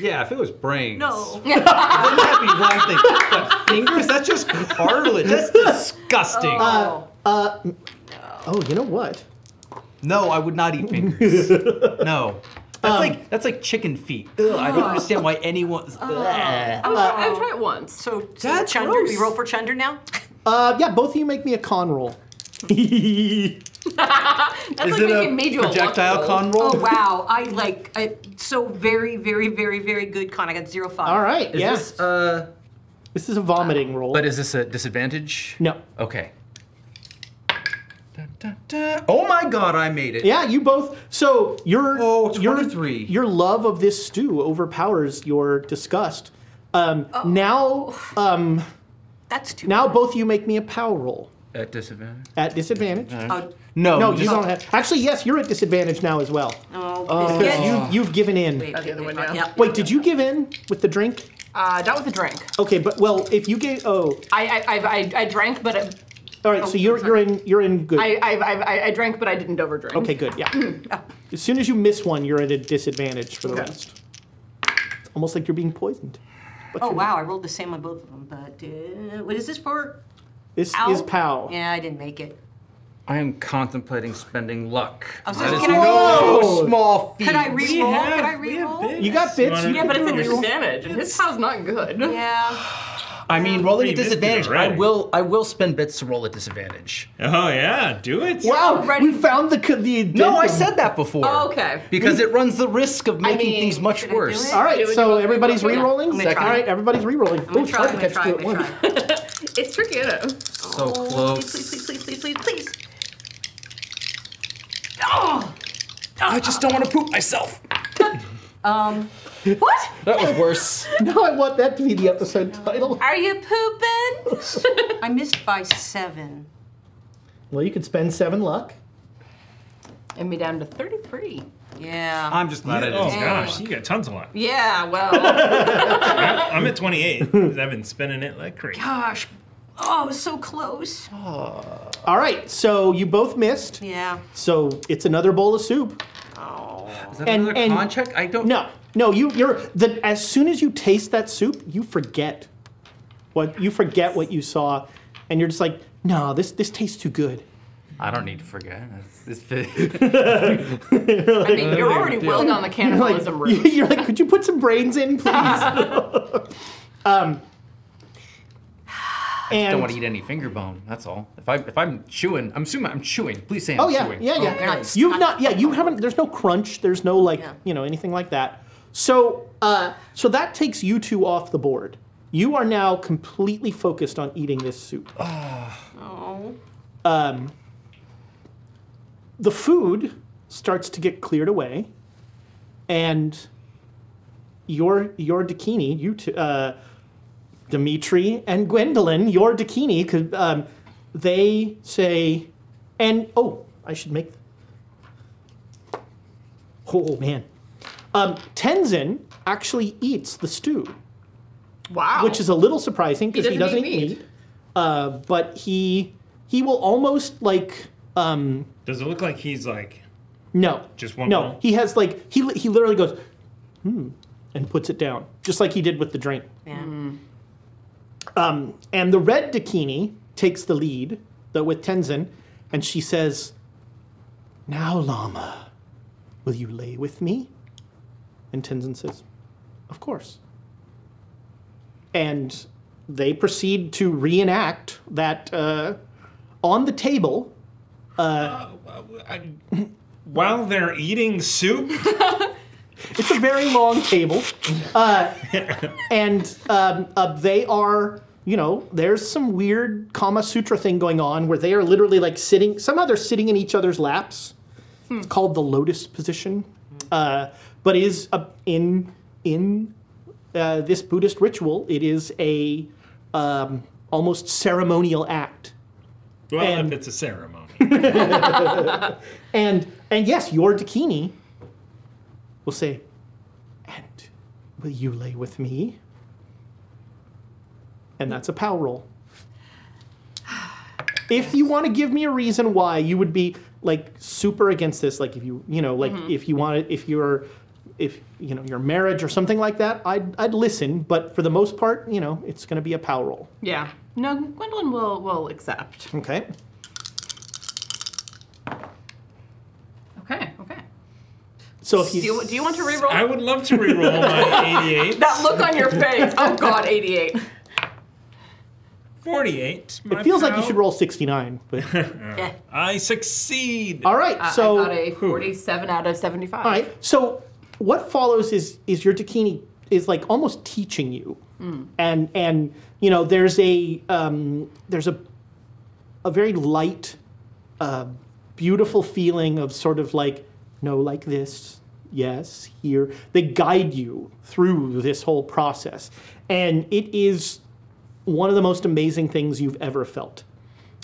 S9: Yeah, if it was brains.
S8: No.
S9: Wouldn't that be one thing? But fingers? That's just cartilage. That's disgusting.
S6: oh you know what
S9: No, I would not eat fingers. no. That's like that's like chicken feet. Ugh, I don't understand why anyone. Ugh.
S7: Oh. I would, try- I would try it once.
S8: So, so
S9: That's
S8: Chunder,
S9: gross.
S8: we roll for Chunder now?
S6: uh, yeah both of you make me a con roll
S7: That's like making me do a luck
S9: projectile
S7: roll.
S9: con roll?
S8: Oh, wow. I like, I, so very, very, very, very good con. I got zero five.
S6: all right
S9: Is
S6: yeah
S9: this uh?
S6: this is a vomiting roll
S9: But is this a disadvantage?
S6: no
S9: Okay. Dun, dun, dun. Oh my God! I made it.
S6: Yeah, you both. So your
S9: Oh,
S6: your
S9: 23.
S6: your love of this stew overpowers your disgust. Um, Now, um,
S8: That's too
S6: now both you make me a power roll
S9: At disadvantage.
S6: at disadvantage.
S8: bad.
S9: No.
S6: no, Oh,
S9: just-
S6: you don't have. Actually, yes, you're at disadvantage now as well.
S8: Oh,
S6: Because you you've given in.
S8: Wait,
S7: the other way now.
S8: Yep.
S6: Wait, did you give in with the drink?
S7: Uh, not with a drink.
S6: Okay, but well, if you gave, oh,
S7: I I, I, I, I drank, but it,
S6: all right. So you're you're in you're in good.
S7: I, Oh. I, I, I- I drank, but I didn't overdrink.
S6: okay, good. Yeah. As soon as you miss one, you're at a disadvantage for the rest. It's almost like you're being poisoned.
S8: Oh, wow, I rolled the same on both of them, but uh, what is this for?
S6: This
S8: Ow.
S6: is POW.
S8: Yeah, I didn't make it.
S9: I am contemplating spending luck.
S8: I was
S9: That
S8: just-
S9: is
S8: Oh, can I-
S9: no small feat.
S8: Could I
S7: We
S8: re-roll?
S7: have-
S8: Could I
S7: we have
S8: re-roll?
S7: bits.
S9: You got bits, you
S7: Yeah,
S9: can
S7: but it's a
S9: do it.
S7: disadvantage, and his POW's not good.
S8: Yeah.
S9: I mean, rolling
S7: You
S9: at
S7: missed it
S9: disadvantage. I
S7: already.
S9: will. I will spend bits to roll at disadvantage.
S11: Oh yeah, do it.
S9: Wow,
S6: we found the the.
S9: No, I said that before.
S7: Oh, okay.
S9: Because it runs the risk of making
S7: mean,
S9: things much worse.
S6: All right, so everybody's
S7: Yeah,
S6: re-rolling.
S7: I'm gonna
S6: Second.
S7: try.
S6: All right, everybody's re-rolling.
S7: I'm
S6: Ooh,
S7: gonna try,
S6: Charlie
S7: I'm gonna
S6: catch two
S7: try, I'm
S6: at
S7: gonna
S6: once.
S7: It's tricky, isn't it?
S9: So close.
S8: Oh, Please, please, please, please, please.
S7: Oh!
S9: I just don't want to poop myself.
S8: Um,
S7: what?
S9: That was worse.
S6: no, I want that to be the episode title.
S8: Are you pooping? I missed by seven.
S6: Well, you could spend seven luck.
S7: And me down to 33.
S8: Yeah.
S9: I'm just
S11: glad
S9: I
S11: Oh
S7: didn't.
S11: gosh, you got tons of luck.
S7: Yeah, well.
S11: I'm at 28. 'cause I've been spinning it like crazy.
S8: Gosh. Oh, it was so close.
S6: All right, so you both missed.
S8: Yeah.
S6: So it's another bowl of soup.
S9: Is that another con check? I don't.
S6: No, no. You, you're the, as soon as you taste that soup, you forget what you forget what you saw, and you're just like, no, this this tastes too good.
S9: I don't need to forget. It's,
S7: I mean, you're already well down the cannibalism
S6: You're like,
S7: route.
S6: you're like, could you put some brains in, please? um,
S9: I
S6: and
S9: don't want to eat any finger bone. That's all. If I if I'm chewing, I'm assuming I'm chewing. Please say I'm
S6: oh yeah,
S9: chewing.
S6: yeah, yeah.
S9: Okay.
S6: You've not, yeah, you haven't. There's no crunch. There's no like, you know, anything like that. So, uh, so that takes you two off the board. You are now completely focused on eating this soup.
S8: Oh.
S6: um, the food starts to get cleared away, and your your Dakini, you two, uh, Dimitri and Gwendolyn, your Dakini, could um, they say, and oh, I should make. Oh man, um, Tenzin actually eats the stew
S7: Wow.
S6: which is a little surprising
S7: He
S6: because he, doesn't eat meat. Uh, but he he will almost like um,
S11: Does it look like he's like
S6: no,
S11: Just one
S6: No,
S11: bone?
S6: he has like he li- he literally goes hmm and puts it down, just like he did with the drink.
S8: Yeah.
S6: Um, and the red Dakini takes the lead, though with Tenzin, and she says, "Now, Llama, will you lay with me?" And Tenzin says, "Of course." And they proceed to reenact that uh, on the table. Uh,
S11: while they're eating soup?
S6: it's a very long table. Uh, and um, uh, they are, you know, there's some weird Kama Sutra thing going on where they are literally like sitting, somehow they're sitting in each other's laps. It's called the lotus position, uh, but is a, in in uh, this Buddhist ritual, it is a um, almost ceremonial act.
S11: Well,
S6: And-
S11: if it's a ceremony.
S6: and and yes, your Dakini will say, "And will you lay with me?" And that's a pow roll. If you want to give me a reason why you would be like super against this, like if you you know like
S7: Mhm.
S6: if you want to, if you're if you know your marriage or something like that, I'd I'd listen. But for the most part, you know it's going to be a pow roll.
S7: Yeah. No, Gwendolyn will will accept.
S6: Okay.
S7: Okay, okay.
S6: So if
S7: Do you, do you want to reroll?
S11: I would love to reroll my 88.
S7: That look on your face. Oh god, 88.
S11: 48.
S6: it feels like you should roll sixty nine, but.
S7: Yeah.
S11: I succeed.
S6: All right,
S7: Uh,
S6: so
S7: I got a 47 out of 75.
S6: All right. So what follows is is your Dakini is like almost teaching you,
S7: Mm.
S6: and and you know there's a um, there's a a very light, uh, beautiful feeling of sort of like no like this yes here they guide you through this whole process, and it is one of the most amazing things you've ever felt.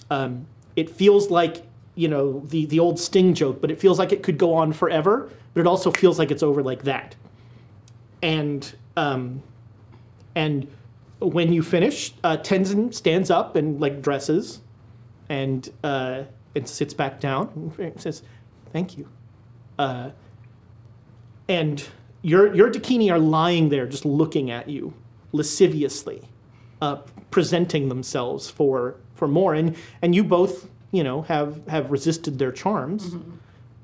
S6: Um, it feels like you know the the old Sting joke, but it feels like it could go on forever. But it also feels like it's over like that. And um, and when you finish, uh, Tenzin stands up and like dresses, and uh, and sits back down and says, "Thank you." Uh, and your your Dakini are lying there just looking at you lasciviously uh, presenting themselves for for more. And and you both, you know, have have resisted their charms,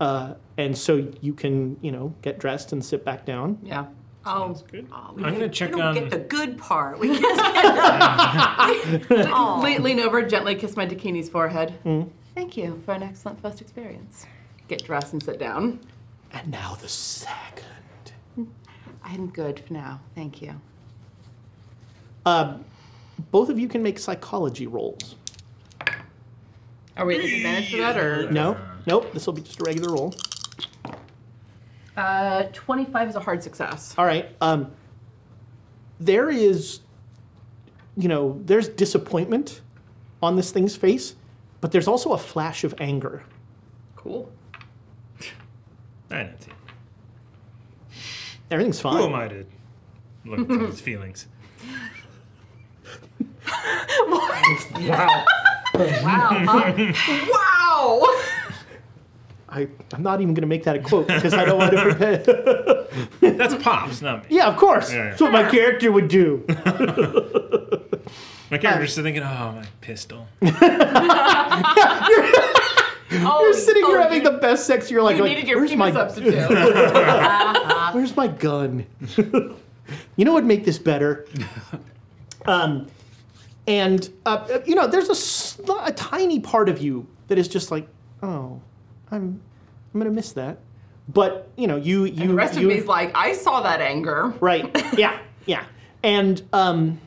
S6: uh, and so you can, you know, get dressed and sit back down.
S7: Yeah. Oh,
S8: oh,
S7: I'm gonna check
S8: we don't
S7: on-
S6: Um,
S8: get the good part. We get
S7: Le- lean, lean over, gently kiss my dakini's forehead.
S6: Mm.
S7: Thank you for an excellent first experience. Get dressed and sit down.
S6: And now the second.
S7: I'm good for now. Thank you.
S6: Uh, both of you can make psychology rolls.
S7: Are we at disadvantage for that or?
S11: Uh.
S6: No, nope. This will be just a regular roll.
S7: Uh, 25 is a hard success.
S6: All right. Um, there is, you know, there's disappointment on this thing's face, but there's also a flash of anger.
S7: Cool.
S11: I don't see.
S6: Everything's fine.
S11: Who am I to look at someone's feelings?
S7: Wow. wow. wow.
S6: I, I'm not even going to make that a quote because I don't want to prepare.
S11: That's pops, not me.
S6: yeah, of course.
S11: Yeah, yeah.
S6: That's what my character would do.
S7: Oh,
S11: My character's just thinking, oh, my pistol.
S7: Oh,
S6: You're sitting here having the best sex. You're like,
S7: you
S6: like,
S7: needed your
S6: where's my
S7: penis substitute.
S6: Where's my gun? you know what would make this better? Um, and, uh, you know, there's a, sl- a tiny part of you that is just like, oh, I'm, I'm going to miss that. But, you know, you. you
S7: the rest
S6: you,
S7: of me's like, I saw that anger.
S6: Right. Yeah. Yeah. And um,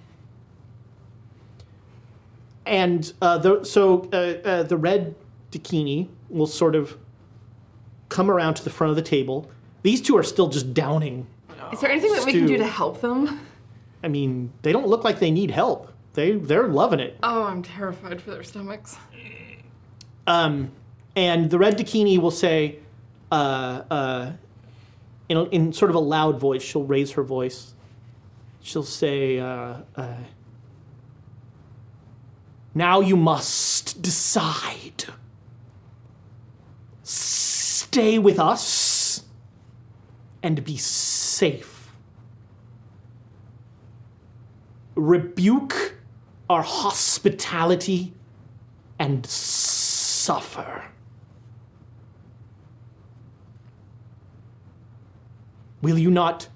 S6: and uh, the so uh, uh, the red bikini will sort of come around to the front of the table. These two are still just downing.
S7: Is there anything that we can
S6: Stew.
S7: do to help them?
S6: I mean, they don't look like they need help. They they're loving it.
S7: Oh, I'm terrified for their stomachs.
S6: Um, and the red bikini will say, uh, uh, in, a- in sort of a loud voice, she'll raise her voice. She'll say, uh, uh, Now you must decide. Stay with us and be safe. Rebuke our hospitality and suffer. Will you not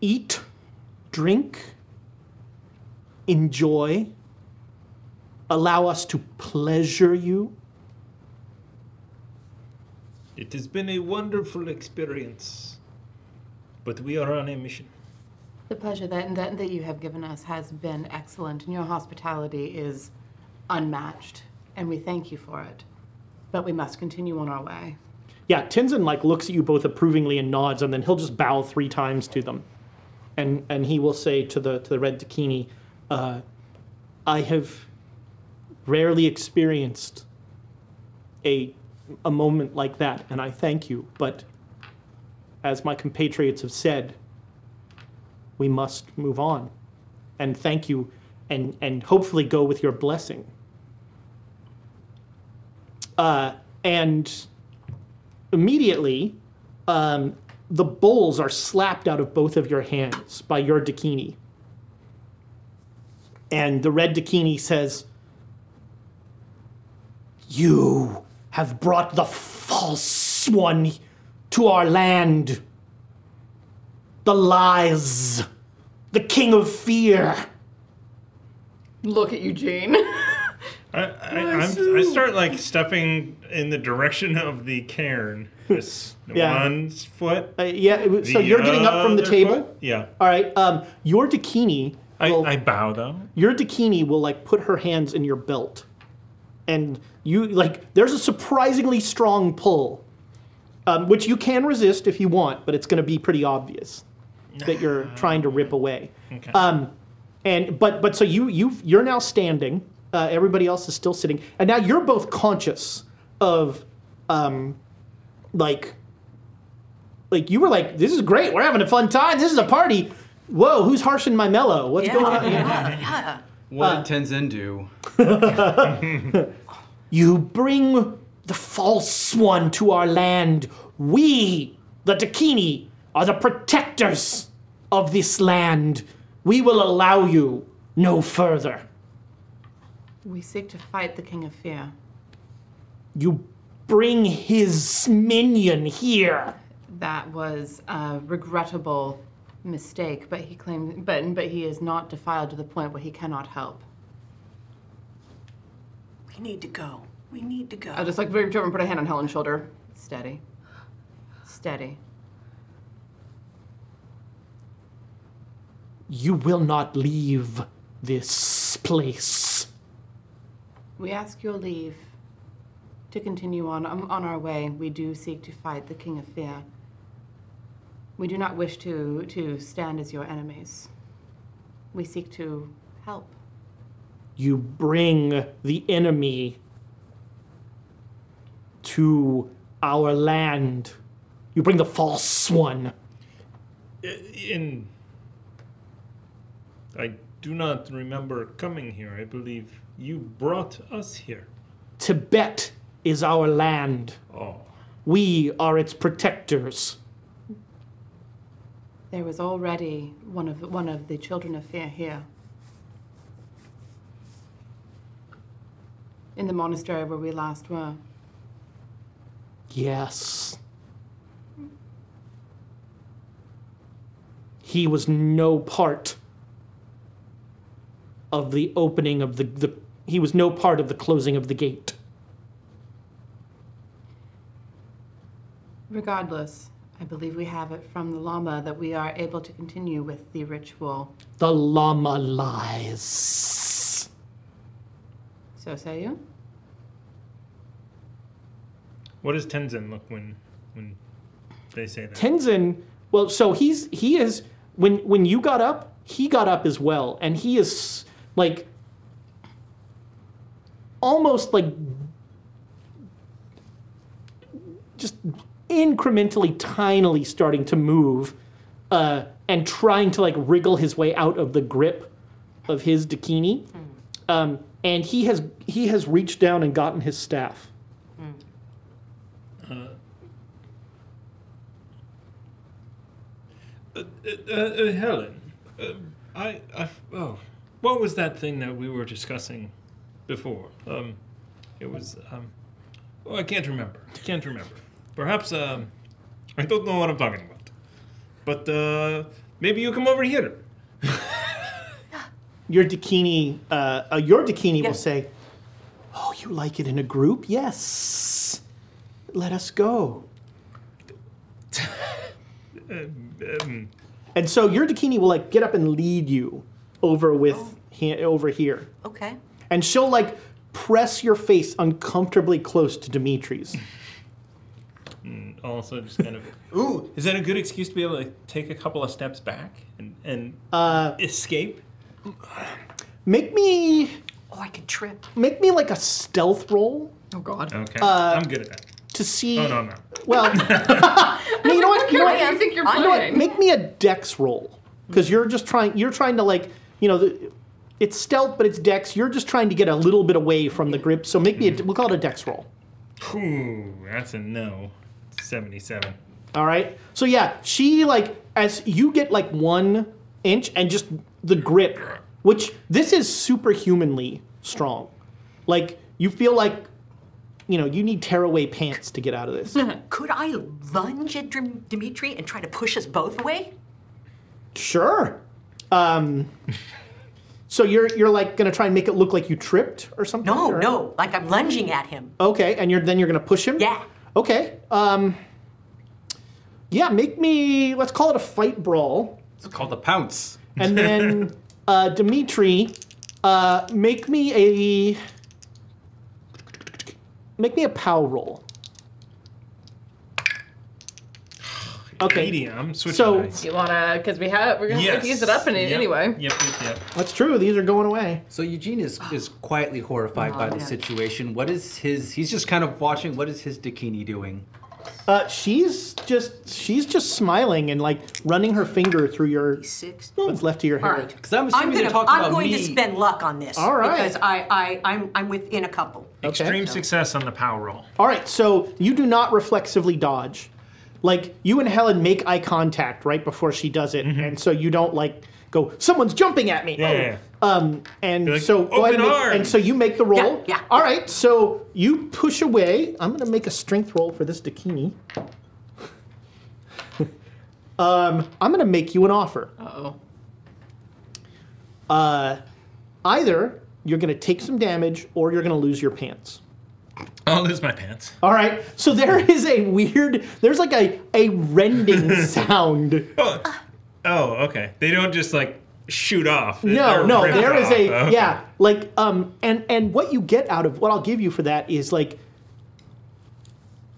S6: eat, drink, enjoy, allow us to pleasure you?
S11: It has been a wonderful experience, but we are on a mission.
S7: The pleasure that, that that you have given us has been excellent, and your hospitality is unmatched, and we thank you for it. But we must continue on our way.
S6: Yeah, Tenzin like looks at you both approvingly and nods, and then he'll just bow three times to them, and and he will say to the to the red Dakini, uh, "I have rarely experienced a a moment like that, and I thank you. But as my compatriots have said, we must move on, and thank you, and and hopefully go with your blessing." Uh, and immediately, um, the bowls are slapped out of both of your hands by your Dakini. And the red Dakini says, You have brought the false one to our land. The lies. The king of fear.
S7: Look at Eugene.
S11: I, I, I'm, I start like stepping in the direction of the cairn. This
S6: Yeah.
S11: one foot.
S6: Uh, yeah, it was- so you're getting up from the
S11: other
S6: table?
S11: foot? Yeah.
S6: All right. Um, your Dakini.
S11: I, I bow though.
S6: your Dakini will like put her hands in your belt, and you like there's a surprisingly strong pull, um, which you can resist if you want, but it's going to be pretty obvious that you're trying to rip away.
S11: Okay.
S6: Um, and but but so you you you're now standing. Uh, everybody else is still sitting, and now you're both conscious of, um, like, like you were like, this is great. We're having a fun time. This is a party. Whoa, who's harshing my mellow? What's going on? here?
S8: yeah.
S9: What did Tenzin do?
S6: You bring the false one to our land. We, the Dakini, are the protectors of this land. We will allow you no further.
S7: We seek to fight the King of Fear.
S6: You bring his minion here.
S7: That was a regrettable mistake, but he claimed, but, but he is not defiled to the point where he cannot help.
S8: We need to go. We need to go.
S7: I'll just like reach over and put a hand on Helen's shoulder. Steady. Steady.
S6: You will not leave this place.
S7: We ask your leave to continue on um, on our way. We do seek to fight the King of Fear. We do not wish to to stand as your enemies. We seek to help.
S6: You bring the enemy to our land. You bring the false one.
S1: In. I do not remember coming here. I believe you brought us here.
S6: Tibet is our land.
S1: Oh.
S6: We are its protectors.
S7: There was already one of one of the children of fear here. In the monastery where we last were.
S6: Yes. He was no part of the opening of the, the he was no part of the closing of the gate.
S7: Regardless, I believe we have it from the Lama that we are able to continue with the ritual.
S6: The llama lies.
S7: So say you?
S1: What does Tenzin look when when they say that?
S6: Tenzin, well, so he's he is when when you got up, he got up as well, and he is like almost like just incrementally, tinily starting to move, uh, and trying to like wriggle his way out of the grip of his Dakini. Um, and he has he has reached down and gotten his staff.
S1: Uh, uh, uh, uh, Helen, uh, I, I, oh, what was that thing that we were discussing before? Um, it was, um, oh, I can't remember. Can't remember. Perhaps, um, I don't know what I'm talking about. But uh, maybe you come over here.
S6: Your Dakini, uh, uh, your Dakini
S7: Yeah.
S6: will say, "Oh, you like it in a group? Yes. Let us go."
S1: Um,
S6: And so your Dakini will like get up and lead you over with he- over here,
S8: Oh. Okay.
S6: and she'll like press your face uncomfortably close to Dimitri's.
S1: and also, just kind of, ooh, is that a good excuse to be able to take a couple of steps back and, and
S6: Uh,
S1: escape?
S6: make me
S8: Oh, I could trip.
S6: make me like a stealth roll
S7: Oh God.
S9: Um,
S1: Okay.
S6: Uh,
S1: I'm good at that.
S6: to see.
S1: Oh, no, no.
S6: Well, no, you know what? You know what?
S7: I think you're
S6: You know what?
S7: playing.
S6: Make me a dex roll because you're just trying. You're trying to like, you know, the, it's stealth, but it's dex. You're just trying to get a little bit away from the grip. So make me. A, we'll call it a dex roll.
S1: Ooh, that's a no. 77.
S6: All right. So yeah, she like as you get like one inch and just the grip, which this is superhumanly strong. Like you feel like, you know, you need tearaway pants to get out of this.
S8: Could I lunge at Dim- Dimitri and try to push us both away?
S6: Sure. Um, so you're you're like gonna try and make it look like you tripped or something?
S8: No,
S6: or-
S8: no. Like I'm lunging at him.
S6: Okay, and you're then you're gonna push him.
S8: Yeah.
S6: Okay. Um, yeah, make me. Let's call it a fight brawl,
S9: It's called the pounce.
S6: and then uh, Dimitri, uh, make me a make me a pow roll. Okay.
S1: 80. I'm switching.
S6: So-
S1: dice.
S7: Do you wanna? Because we have we're gonna have to use it up in
S1: Yep,
S7: anyway.
S1: Yep, yep, yep.
S6: That's true. These are going away.
S9: So Eugene is, is quietly horrified by the situation. What is his? He's just kind of watching. What is his Dakini doing?
S6: Uh, she's just she's just smiling and like running her finger through your
S8: Six.
S6: what's left of your hair.
S8: All right.
S9: Because I'm
S8: I'm
S9: assuming
S8: gonna.
S9: they're talking
S8: I'm
S9: about
S8: going
S9: me.
S8: to spend luck on this.
S6: All right.
S8: Because I, I, I'm, I'm within a couple.
S1: Extreme success on the power roll.
S6: All right, so you do not reflexively dodge. Like you and Helen make eye contact right before she does it, and so you don't like go, someone's jumping at me.
S11: Mm-hmm. Yeah,
S6: Oh.
S11: yeah, yeah.
S6: Um, and so go ahead and,
S11: "Open
S6: make- and
S11: arms."
S6: so you make the roll. Yeah, All right. So you push away. I'm going to make a strength roll for this Dakini. um, I'm going to make you an offer.
S7: Uh-oh.
S6: Uh, either you're going to take some damage or you're going to lose your pants.
S11: I'll lose my pants.
S6: All right. So there is a weird. There's like a a rending sound.
S11: Oh, okay. They don't just like shoot off.
S6: No,
S11: They're
S6: no,
S11: ripped
S6: there is
S11: off.
S6: a
S11: Okay.
S6: yeah, like um, and and what you get out of what I'll give you for that is like,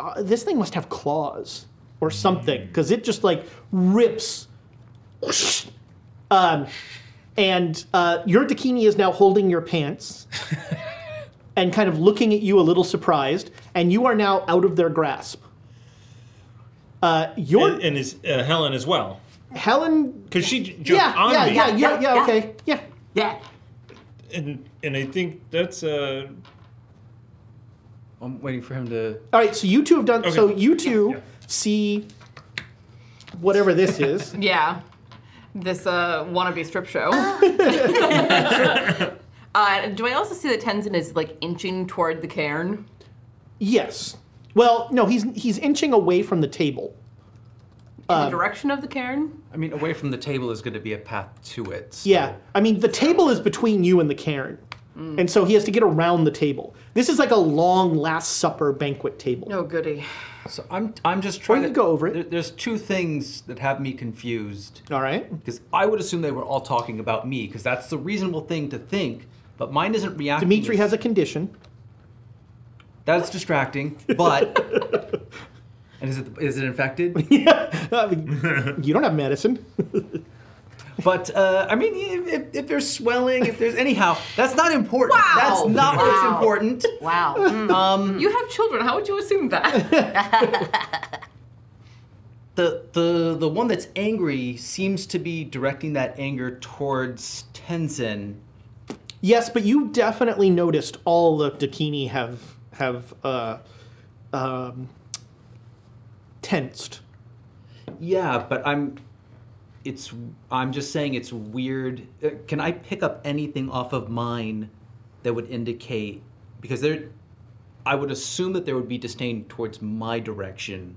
S6: uh, this thing must have claws or something
S11: Mm.
S6: because it just like rips, um, and uh, your Dakini is now holding your pants. And kind of looking at you a little surprised, and you are now out of their grasp. Uh, your
S11: And, and is uh, Helen as well?
S6: Helen,
S11: because she j- jumped
S6: yeah,
S11: on
S6: yeah,
S11: me.
S6: yeah, yeah, yeah, okay, yeah,
S8: yeah.
S11: And and I think that's uh.
S9: I'm waiting for him to.
S6: All right, so you two have done. So you two see whatever this is.
S7: Yeah. This uh, wannabe strip show. uh, do I also see that Tenzin is like inching toward the cairn?
S6: yes. Well, no, he's he's inching away from the table.
S7: In
S6: Um,
S7: the direction of the cairn?
S9: I mean, away from the table is going to be a path to it. so-
S6: Yeah, I mean the table is between you and the cairn, and so he has to get around the table. This is like a long Last Supper banquet table.
S7: No Oh, goody.
S9: So I'm I'm just trying to
S6: go over it.
S9: there's two things that have me confused.
S6: All right.
S9: Because I would assume they were all talking about me because that's the reasonable thing to think, but mine isn't reacting.
S6: Dimitri has a condition.
S9: That's distracting, but and is it is it infected?
S6: Uh, you don't have medicine.
S9: but uh, I mean, if, if, if there's swelling, if there's anyhow, that's not important.
S7: Wow.
S9: That's not what's
S7: Wow.
S9: important.
S7: Wow.
S9: Um,
S7: you have children. How would you assume that?
S9: the the the one that's angry seems to be directing that anger towards Tenzin.
S6: Yes, but you definitely noticed all the Dakini have have uh, um, tensed.
S9: Yeah, but I'm. It's. I'm just saying it's weird. Uh, Can I pick up anything off of mine that would indicate? Because there, I would assume that there would be disdain towards my direction,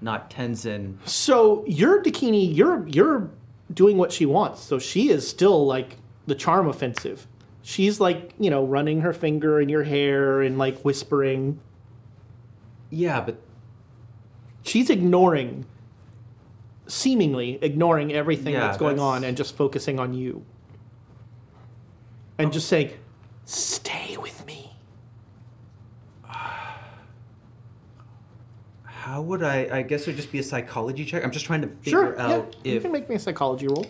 S9: not Tenzin.
S6: So you're Dakini, you're you're doing what she wants. So she is still like the charm offensive. She's like, you know, running her finger in your hair and like whispering.
S9: Yeah, but
S6: she's ignoring seemingly ignoring everything
S9: Yeah,
S6: that's going
S9: that's-
S6: on and just focusing on you. And
S9: Oh.
S6: just saying, "Stay with me."
S9: How would I? I guess it would just be a psychology check. I'm just trying to figure
S6: Sure. Yeah,
S9: out
S6: you
S9: if
S6: can make me a psychology roll.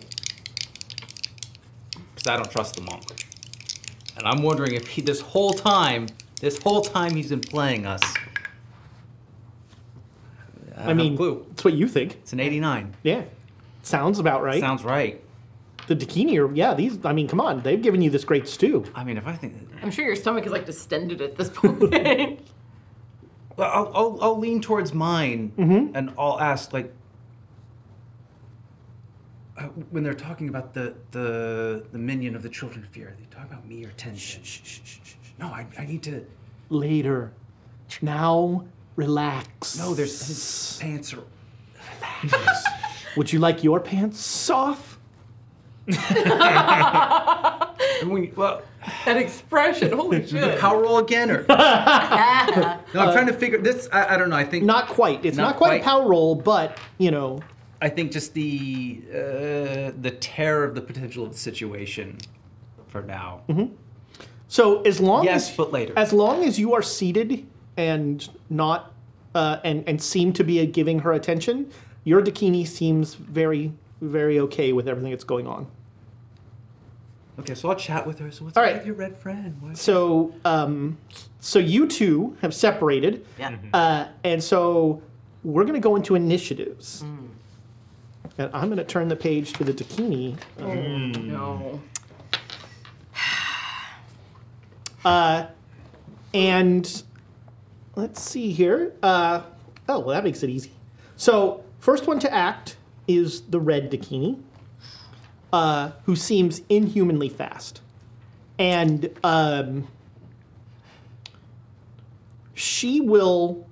S9: because I don't trust the monk. And I'm wondering if he, this whole time, this whole time he's been playing us. I,
S6: I mean,
S9: have a clue.
S6: That's what you think.
S9: It's an 89.
S6: Yeah. Sounds about right.
S9: Sounds right.
S6: The Dakini are, yeah, these, I mean, come on, they've given you this great stew.
S9: I mean, if I think.
S7: I'm sure your stomach is like distended at this point.
S9: Well, I'll, I'll, I'll lean towards mine
S6: Mm-hmm.
S9: and I'll ask, like, uh, when they're talking about the, the the minion of the children of fear, are they talking about me or Tenzin? No, I, I need to.
S6: Later. Now, relax.
S9: No, Oh, there's his pants are.
S6: Would you like your pants off?
S9: I mean, well,
S7: that expression, holy shit. Ah.
S9: Power roll again, or no? I'm trying to figure this. I, I don't know. I think
S6: not quite. It's not, quite, a power roll, but you know.
S9: I think just the uh, the terror of the potential of the situation for now.
S6: So as long
S9: Yes,
S6: as
S9: but later.
S6: as long as you are seated and not uh, and and seem to be giving her attention, your Dakini seems very very okay with everything that's going on.
S9: Okay, so I'll chat with her. So what's
S6: All
S9: up
S6: right.
S9: with your red friend? What-
S6: So um, so you two have separated.
S9: Yeah.
S6: Uh, and so we're going to go into initiatives. And I'm going to turn the page to the Dakini.
S7: Oh,
S1: Hmm.
S7: no.
S6: Uh, and let's see here. Uh, oh, well, that makes it easy. So, first one to act is the red Dakini. uh, who seems inhumanly fast, and um, she will.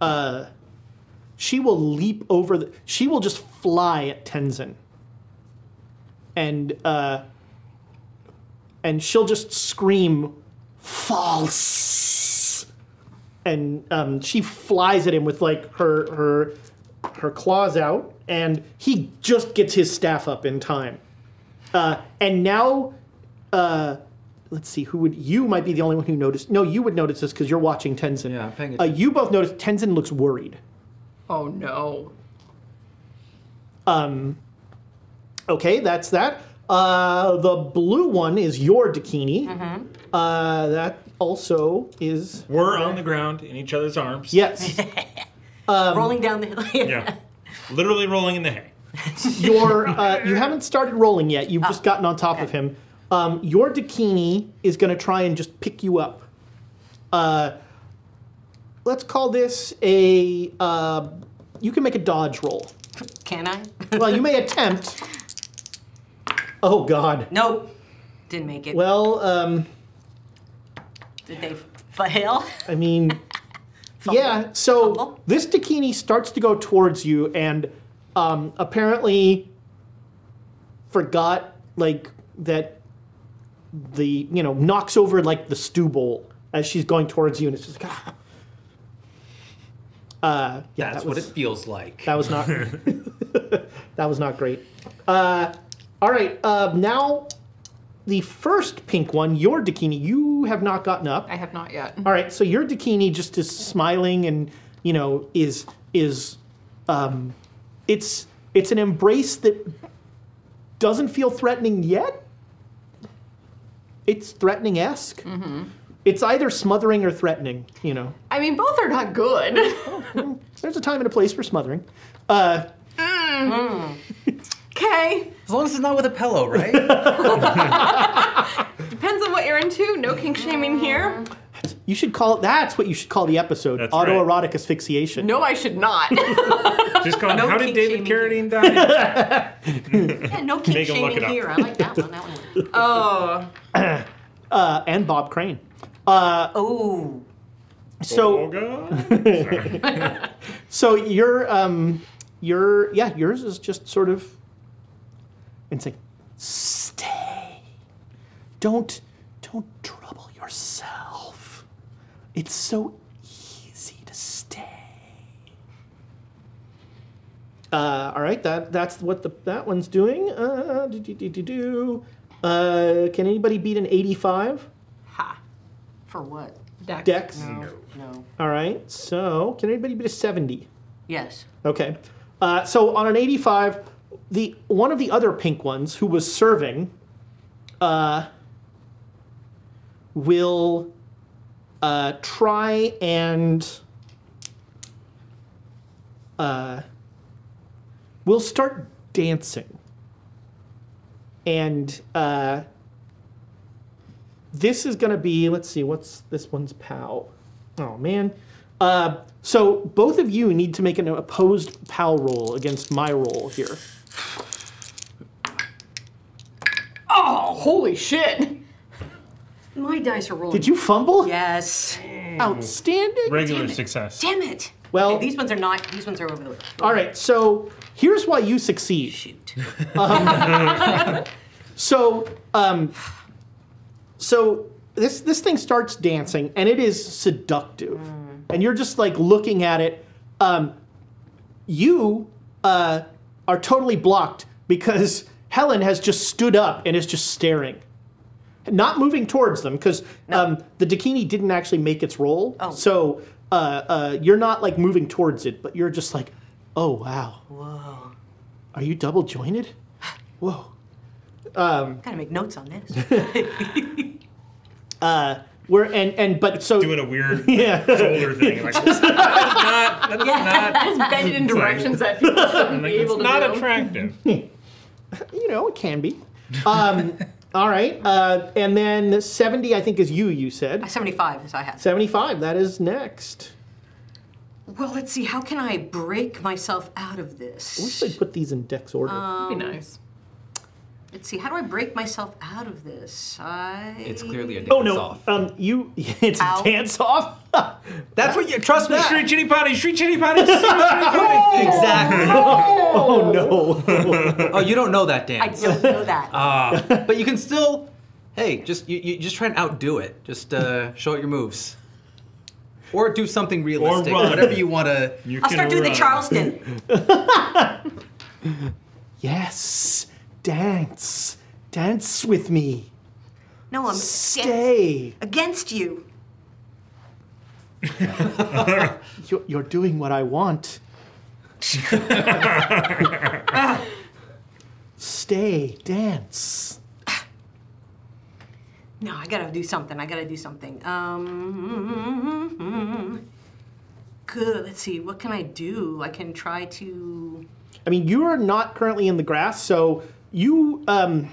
S6: Uh, she will leap over the. She will just fly at Tenzin. And uh, and she'll just scream, "False!" And um, she flies at him with like her her her claws out, and he just gets his staff up in time. Uh, and now, uh, let's see who would you might be the only one who noticed. No, you would notice this because you're watching Tenzin. Yeah,
S9: paying
S6: Uh, you both notice Tenzin looks worried.
S7: Oh no.
S6: Um, okay, that's that. Uh, the blue one is your Dakini.
S8: Mm-hmm.
S6: Uh, that also is.
S11: We're on the ground in each other's arms.
S6: Yes. Um,
S8: Rolling down the hill.
S11: yeah. Literally rolling in the hay.
S6: your uh, you haven't started rolling yet. You've
S8: Ah,
S6: just gotten on top of him. Um, your Dakini is going to try and just pick you up. Uh, let's call this a. Uh, you can make a dodge roll.
S8: Can I?
S6: well, you may attempt. Oh God.
S8: Nope. Didn't make it.
S6: Well, um,
S8: Did they fail?
S6: I mean, yeah. So this Dakini starts to go towards you, and um, apparently forgot like that. The you know knocks over like the stew bowl as she's going towards you, and it's just like. ah. Uh, yeah,
S9: That's
S6: that
S9: what
S6: was-
S9: it feels like.
S6: That was not. that was not great. Uh, all right. Uh, now, the first pink one, your Dakini. You have not gotten up. I
S7: have not yet.
S6: All right. So your Dakini just is smiling and you know is is, um, it's it's an embrace that doesn't feel threatening yet. It's threatening esque.
S7: Mm-hmm.
S6: It's either smothering or threatening. You know.
S7: I mean, both are not good.
S6: There's a time and a place for smothering. Uh,
S7: Okay.
S9: As long as it's not with a pillow, right?
S7: Depends on what you're into. No kink shaming here.
S6: You should call that's what you should call the episode autoerotic asphyxiation.
S7: No, I should not.
S11: Just call how did David Carradine die?
S8: yeah, no
S11: Make 'em look it up.
S8: I like that one.
S7: Oh.
S6: uh, and Bob Crane. Uh,
S8: oh.
S11: Oh,
S6: So so your um your yeah yours is just sort of and say stay. Don't don't trouble yourself. It's so easy to stay. Uh, all right, that that's what the that one's doing. Uh, do, do, do, do, do. Uh, can anybody beat an 85?
S8: For what?
S7: Dex.
S6: Dex?
S8: No. no.
S6: All right, so can anybody beat a 70?
S8: Yes.
S6: Okay. Uh, so on an 85, the one of the other pink ones who was serving uh, will uh, try and uh, will start dancing. And uh, this is going to be, let's see, what's this one's POW? Oh, man. Uh, so both of you need to make an opposed POW roll against my roll here.
S7: Oh, holy shit.
S8: My dice are rolling.
S6: Did you fumble?
S8: Yes.
S6: Outstanding.
S11: Regular
S8: Damn it.
S11: success.
S8: Damn it.
S6: Well-
S8: Okay, these ones are not. These ones are over the.
S6: All right, so here's why you succeed. Shoot. so, um, so this this thing starts dancing, and it is seductive, and you're just like looking at it. Um, you uh, are totally blocked because Helen has just stood up and is just staring. Not moving towards them because um, the Dakini didn't actually make its roll. Oh. So uh, uh, you're not like moving towards it, but you're just like, oh wow,
S8: Whoa.
S6: are you double jointed? Whoa. Um,
S8: Gotta make notes on this.
S6: uh, we're and and but so doing
S11: a weird
S6: yeah.
S11: shoulder thing like not, that's
S7: Yeah,
S11: not-
S7: just bend it in
S11: It's like-
S7: directions that people shouldn't be
S11: Like, it's
S7: able to
S11: not
S7: do.
S11: attractive.
S6: you know, it can be. Um, all right, uh, and then seventy, I think, is you. You said
S8: Seventy-five is I had.
S6: seventy-five. That is next.
S7: Well, let's see. How can I break myself out of this?
S6: I wish they'd put these in dex order.
S7: Um,
S8: nice.
S7: Let's see. How do I break myself out of this? I.
S9: It's clearly a
S6: Oh
S9: dance
S6: no!
S9: off.
S6: Um, you it's
S7: Ow.
S6: a dance off. Oh,
S9: That's what you trust me.
S1: Shri chitty potty, shri chitty potty, shri chitty potty.
S9: exactly.
S6: Oh no!
S9: Oh, you don't know that
S8: I
S9: dance.
S8: don't know that.
S9: Ah, but you can still. Hey, just you, you just try and outdo it. Just uh, show it your moves, or do something realistic.
S1: run.
S9: Whatever you want to.
S1: You
S7: I'll start
S1: can
S7: doing
S1: run.
S7: the Charleston.
S6: yes, dance, dance with me.
S7: No, I'm against,
S6: Stay.
S7: against you.
S6: You're, you're doing what I want. Stay, dance.
S7: No, I gotta do something. I gotta do something. hmm, Um, good. Let's see. What can I do? I can try to.
S6: I mean, you are not currently in the grass, so you um,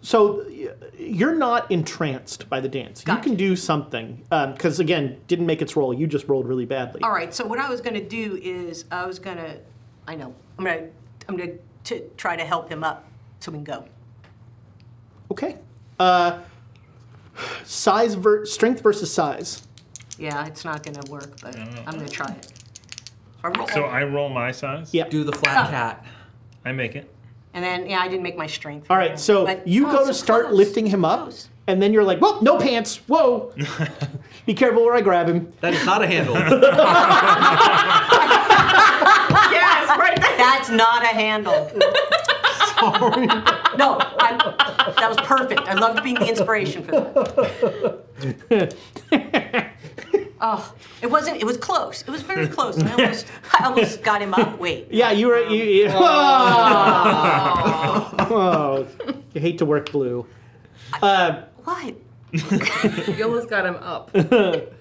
S6: so y- you're not entranced by the dance. You
S7: Gotcha.
S6: can do something because again, didn't make its roll. You just rolled really badly.
S7: All right. So what I was gonna do is I was gonna. I know. I'm gonna. I'm gonna t- try to help him up so we can go.
S6: Okay. Uh, size ver- strength versus size.
S7: Yeah, it's not gonna work, but I'm gonna try it. I roll,
S1: So I roll my size.
S6: Yeah.
S9: Do the flat cat.
S1: I make it.
S7: and then yeah, I didn't make my strength.
S6: All right, so
S7: But-
S6: you
S7: oh,
S6: go
S7: so
S6: to start
S7: close.
S6: lifting him up,
S7: Close.
S6: and then you're like, "Whoa, no pants! Whoa, be careful where I grab him."
S9: That is not a handle.
S8: yes, right. there.
S7: That's not a handle. No, I'm, that was perfect. I loved being the inspiration for that. oh, it wasn't. It was close. It was very close. And I almost, I almost got him up. Wait.
S6: Yeah, you were. You, you, oh, you hate to work blue.
S7: What?
S8: You almost got him up.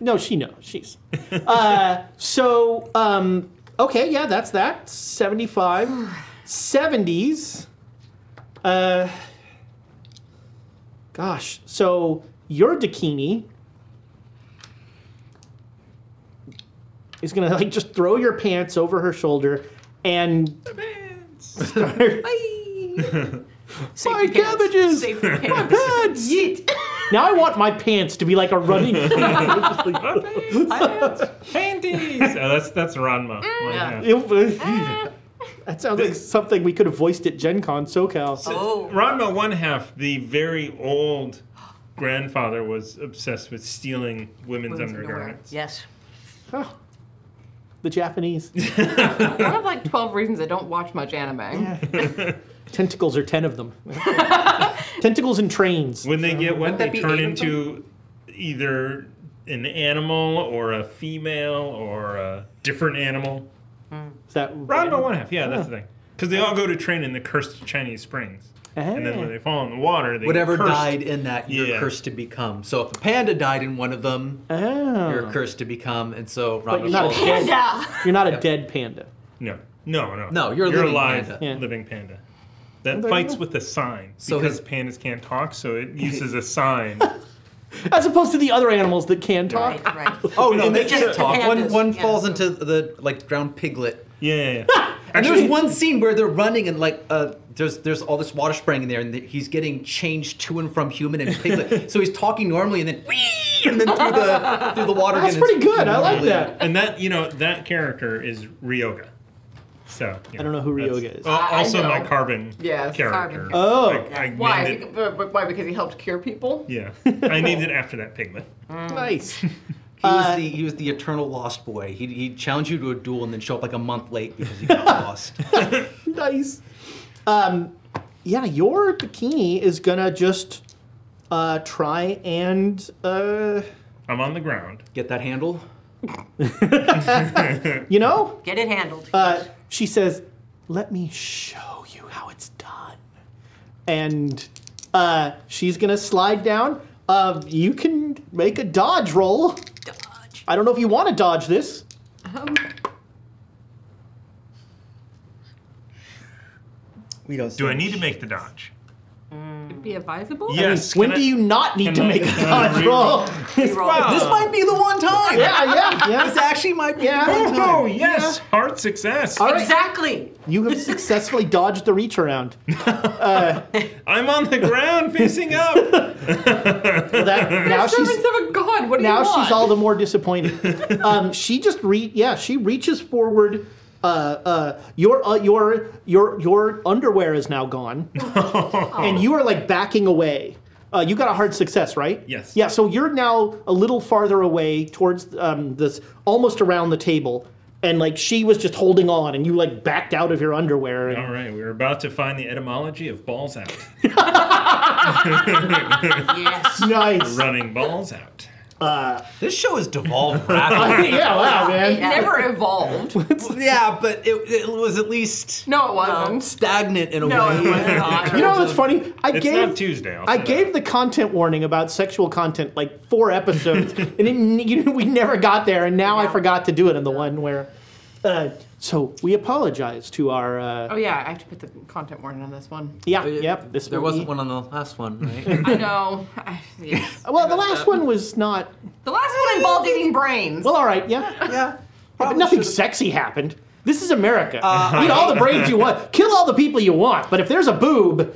S6: No, she knows. She's. Uh, so, um, okay, yeah, that's that. 75. 70s. Uh, gosh, so your Dakini is going to, like, just throw your pants over her shoulder and. Start,
S7: Safety
S6: My
S7: pants.
S6: cabbages!
S7: Safety
S6: my
S7: pants.
S6: pants! Now I want my pants to be like a running.
S1: Panties. Oh, that's that's Ranma.
S7: Mm,
S1: One half.
S6: that sounds like something we could have voiced at Gen Con SoCal.
S7: Oh,
S1: Ranma one half, the very old grandfather was obsessed with stealing women's,
S7: women's underwear.
S1: undergarments.
S7: Yes.
S6: Oh, the Japanese.
S8: One of like 12 reasons I don't watch much anime.
S6: Tentacles are 10 of them. Tentacles and trains.
S1: When they get wet,
S8: Wouldn't that
S1: they
S8: be
S1: turn
S8: eight of
S1: into either an animal or a female or a different animal.
S6: Is that
S1: Ranma one half, yeah, that's the thing. Because they all go to train in the cursed Chinese springs.
S6: Uh-huh.
S1: And then when they fall in the water, they get
S9: Whatever
S1: cursed.
S9: died in that, you're
S1: Yeah.
S9: cursed to become. So if a panda died in one of them,
S6: Oh.
S9: you're cursed to become. And so
S6: But
S9: Rama
S6: you're not a
S9: falls-
S6: dead. You're not a dead panda.
S1: No, no, no.
S9: No, you're a living
S1: alive,
S9: panda.
S6: Yeah.
S1: living panda. That
S6: there you
S1: fights
S6: go.
S1: with a sign
S9: So
S1: because
S9: his-
S1: pandas can't talk, so it uses a sign.
S6: As opposed to the other animals that can talk.
S7: Right.
S9: Oh no, they
S7: They just-
S9: just talk.
S7: the
S9: One
S7: pandas,
S9: one
S7: yeah.
S9: falls into the like drowned piglet.
S1: yeah.
S9: And there's
S1: Actually-
S9: one scene where they're running and like uh, there's there's all this water spraying in there, and he's getting changed to and from human and piglet. so he's talking normally, and then whee, and then through the through the water.
S6: That's
S9: again,
S6: pretty
S9: it's-
S6: good. I like that.
S1: And that, you know, that character is Ryoga. So you
S6: I don't know who
S1: that's-
S6: Ryoga is.
S1: Al-
S8: I- I
S1: also,
S8: know.
S1: my carbon
S8: Yes,
S1: character.
S7: Carbon.
S6: Oh.
S1: I, I
S8: Why?
S1: named it.
S8: Bec- bec- Why? Because he helped cure people?
S1: Yeah, I named it after that piglet.
S6: Nice.
S9: He
S6: Uh,
S9: was the he was the eternal lost boy. He he challenged you to a duel and then show up like a month late because he got lost.
S6: nice. Um, yeah, your bikini is gonna just uh, try and uh,
S1: I'm on the ground.
S9: Get that handle?
S6: you know.
S7: Get it handled.
S6: Uh, she says, "Let me show you how it's done," and uh, she's gonna slide down. Uh, you can make a dodge roll.
S7: Dodge.
S6: I don't know if you want to dodge this.
S9: We don't.
S1: Do I need to make the dodge?
S7: It'd be advisable?
S6: Yes, when do you not need to make a dodge roll? This
S7: This
S6: might
S9: be the one time.
S6: Yeah, yeah, yeah.
S9: This actually might be
S6: Yeah.
S9: the one time.
S6: Oh, yes.
S11: Hard success.
S8: Exactly.
S6: You have successfully dodged the reach around.
S11: I'm on the ground facing up.
S6: now she's
S7: Servants of a god, what do
S6: now
S7: you want?
S6: she's all the more disappointed. um, she just re yeah she reaches forward. Uh, uh, your uh, your your your underwear is now gone, and you are like backing away. Uh, you got a hard success, right?
S11: Yes.
S6: Yeah. So you're now a little farther away towards um, this, almost around the table, and like she was just holding on, and you like backed out of your underwear. And,
S11: All right, we're about to find the etymology of balls out.
S6: Nice.
S11: Running balls out.
S9: This show has devolved rapidly.
S6: yeah. Wow,
S7: It
S6: man.
S7: never evolved.
S9: yeah, but it, it was at least
S7: No, it wasn't.
S9: stagnant in a
S7: No, it
S9: way.
S7: was not.
S6: You know what's funny? I
S11: It's
S6: gave
S11: not Tuesday. I'll
S6: I
S11: say
S6: gave the content warning about sexual content like four episodes, and it, you know, we never got there. And now I forgot to do it in the one where. Uh, so we apologize to our. Uh,
S7: Oh yeah, I have to put the content warning on this one.
S6: yeah, yep. This
S9: Oh, there
S6: movie-
S9: wasn't one on the last one, right?
S7: I know. I, yes.
S6: Well, the last one was not.
S7: The last one involved eating brains.
S6: Well, all right, yeah.
S9: yeah.
S6: But nothing sexy happened. This is America.
S9: Uh,
S6: Eat all the brains you want. Kill all the people you want. But if there's a boob,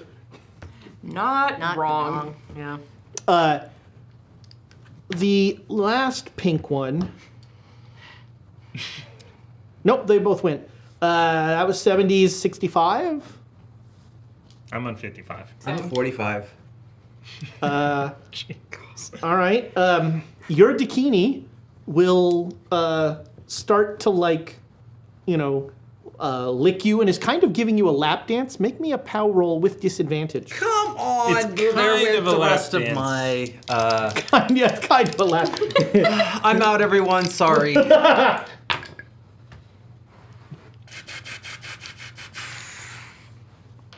S7: not,
S8: Not
S7: wrong.
S8: Yeah.
S6: the last pink one. Nope, they both went. Uh, that was 70s, 65.
S11: I'm on 55.
S9: I'm 45.
S6: All right. Um, your Dakini will uh, start to like, you know, uh, lick you and is kind of giving you a lap dance. Make me a pow roll with disadvantage.
S9: Come on,
S11: It's
S9: you're there
S11: kind
S9: with
S11: of a
S9: the
S11: lap
S9: rest of
S11: dance.
S9: my. Uh,
S6: yeah, kind of a lap.
S9: I'm out, everyone. Sorry.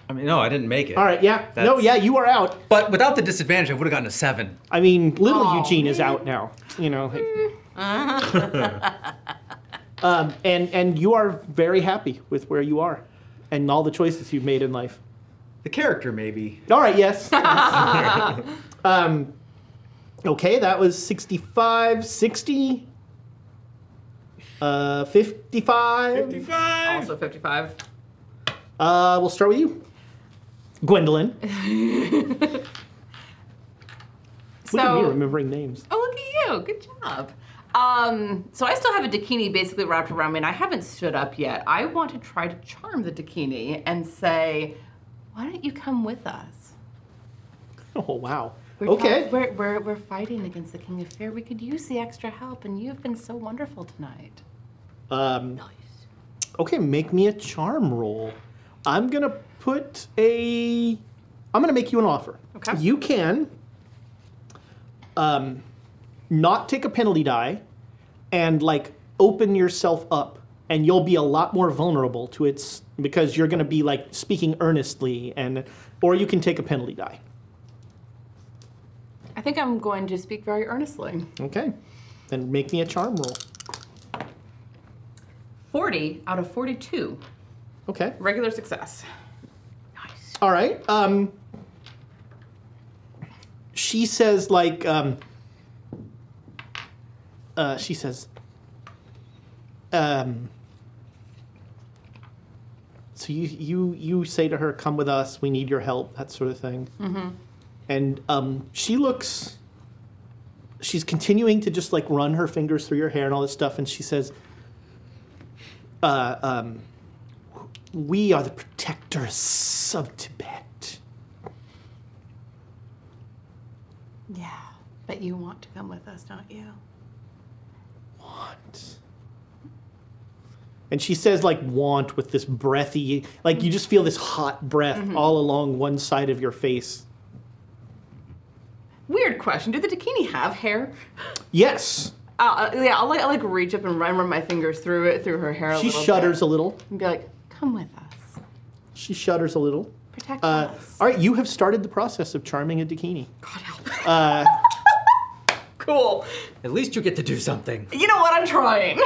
S9: I mean, no, I didn't make it.
S6: All right. Yeah. No.
S9: That's-
S6: Yeah. You are out.
S9: But without the disadvantage, I would have gotten a seven.
S6: I mean, little
S7: Aw,
S6: Eugene is out now. You know. um, and and you are very happy with where you are, and all the choices you've made in life.
S9: The character, maybe.
S6: All right, yes. um, okay, that was 65, 60, uh, 55.
S11: 55.
S7: Also 55.
S6: Uh, we'll start with you, Gwendolyn. Look at me
S7: So
S6: remembering names.
S7: Oh, look at you. Good job. Um, so I still have a Dakini basically wrapped around me, and I haven't stood up yet. I want to try to charm the Dakini and say, why don't you come with us?
S6: Oh, wow.
S7: We're
S6: okay.
S7: try- we're, we're, we're fighting against the King of Fear. We could use the extra help, and you have been so wonderful tonight.
S6: Um, okay, make me a charm roll. I'm going to put a. I'm going to make you an offer.
S7: Okay.
S6: You can um, not take a penalty die and like open yourself up, and you'll be a lot more vulnerable to its because you're going to be like speaking earnestly, and or you can take a penalty die.
S7: I think I'm going to speak very earnestly.
S6: Okay. Then make me a charm roll.
S7: 40 out of 42.
S6: Okay.
S7: Regular success.
S6: All right. Um, she says, like, um, uh, she says, um, so you you you say to her, "Come with us. We need your help." That sort of thing. Mm-hmm. And um, she looks. She's continuing to just like run her fingers through your hair and all this stuff, and she says, uh, um, we are the protectors of Tibet.
S7: Yeah. But you want to come with us, don't you?
S6: Want. And she says, like, want with this breathy, like, you just feel this hot breath
S7: Mm-hmm.
S6: all along one side of your face.
S7: Weird question. Do the Dakini have hair?
S6: Yes.
S7: Uh, uh, yeah, I'll like, I'll like reach up and run, run my fingers through it, through her hair. A
S6: She
S7: little
S6: shudders
S7: bit,
S6: a little.
S7: and be like, "Come with us,
S6: She shudders a little.
S7: protect
S6: Uh,
S7: us."
S6: all right, you have started the process of charming a Dakini.
S7: God help. cool.
S6: uh,
S9: At least you get to do something.
S7: You know what? I'm trying.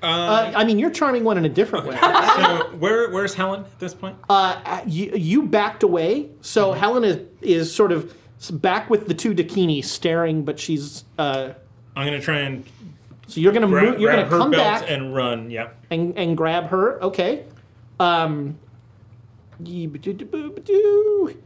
S6: uh, I mean, you're charming one in a different way.
S11: so where where's Helen at this point?
S6: Uh, you, you backed away, so
S11: Mm-hmm.
S6: Helen is, is sort of back with the two Dakini staring, but she's. Uh,
S11: I'm gonna try and.
S6: So you're gonna
S11: grab,
S6: move, you're
S11: grab
S6: gonna
S11: her
S6: come
S11: belt
S6: back
S11: and run. Yep.
S6: and, and grab her. Okay. Um, yee-ba-doo-doo-boo-ba-doo.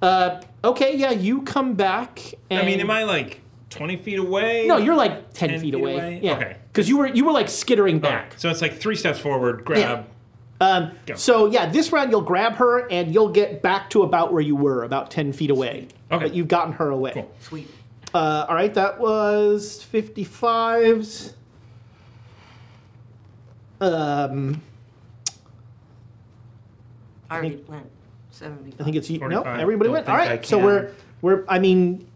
S6: uh, okay, yeah, you come back. And
S11: I mean, am I like 20 feet away?
S6: No, you're like 10,
S11: 10
S6: feet, away. Yeah.
S11: Okay.
S6: Because you were, you were like skittering back.
S11: So it's like three steps forward, grab.
S6: Um, so yeah, this round you'll grab her and you'll get back to about where you were, about ten feet away. Okay. But you've gotten her away.
S8: Sweet.
S6: Uh, all right, that was fifty fives. Um,
S8: I already went seventy.
S6: I think it's you. No,
S8: 45.
S6: everybody
S8: Don't
S6: went. All
S8: think I
S6: right, so
S8: can.
S6: we're we're. I mean,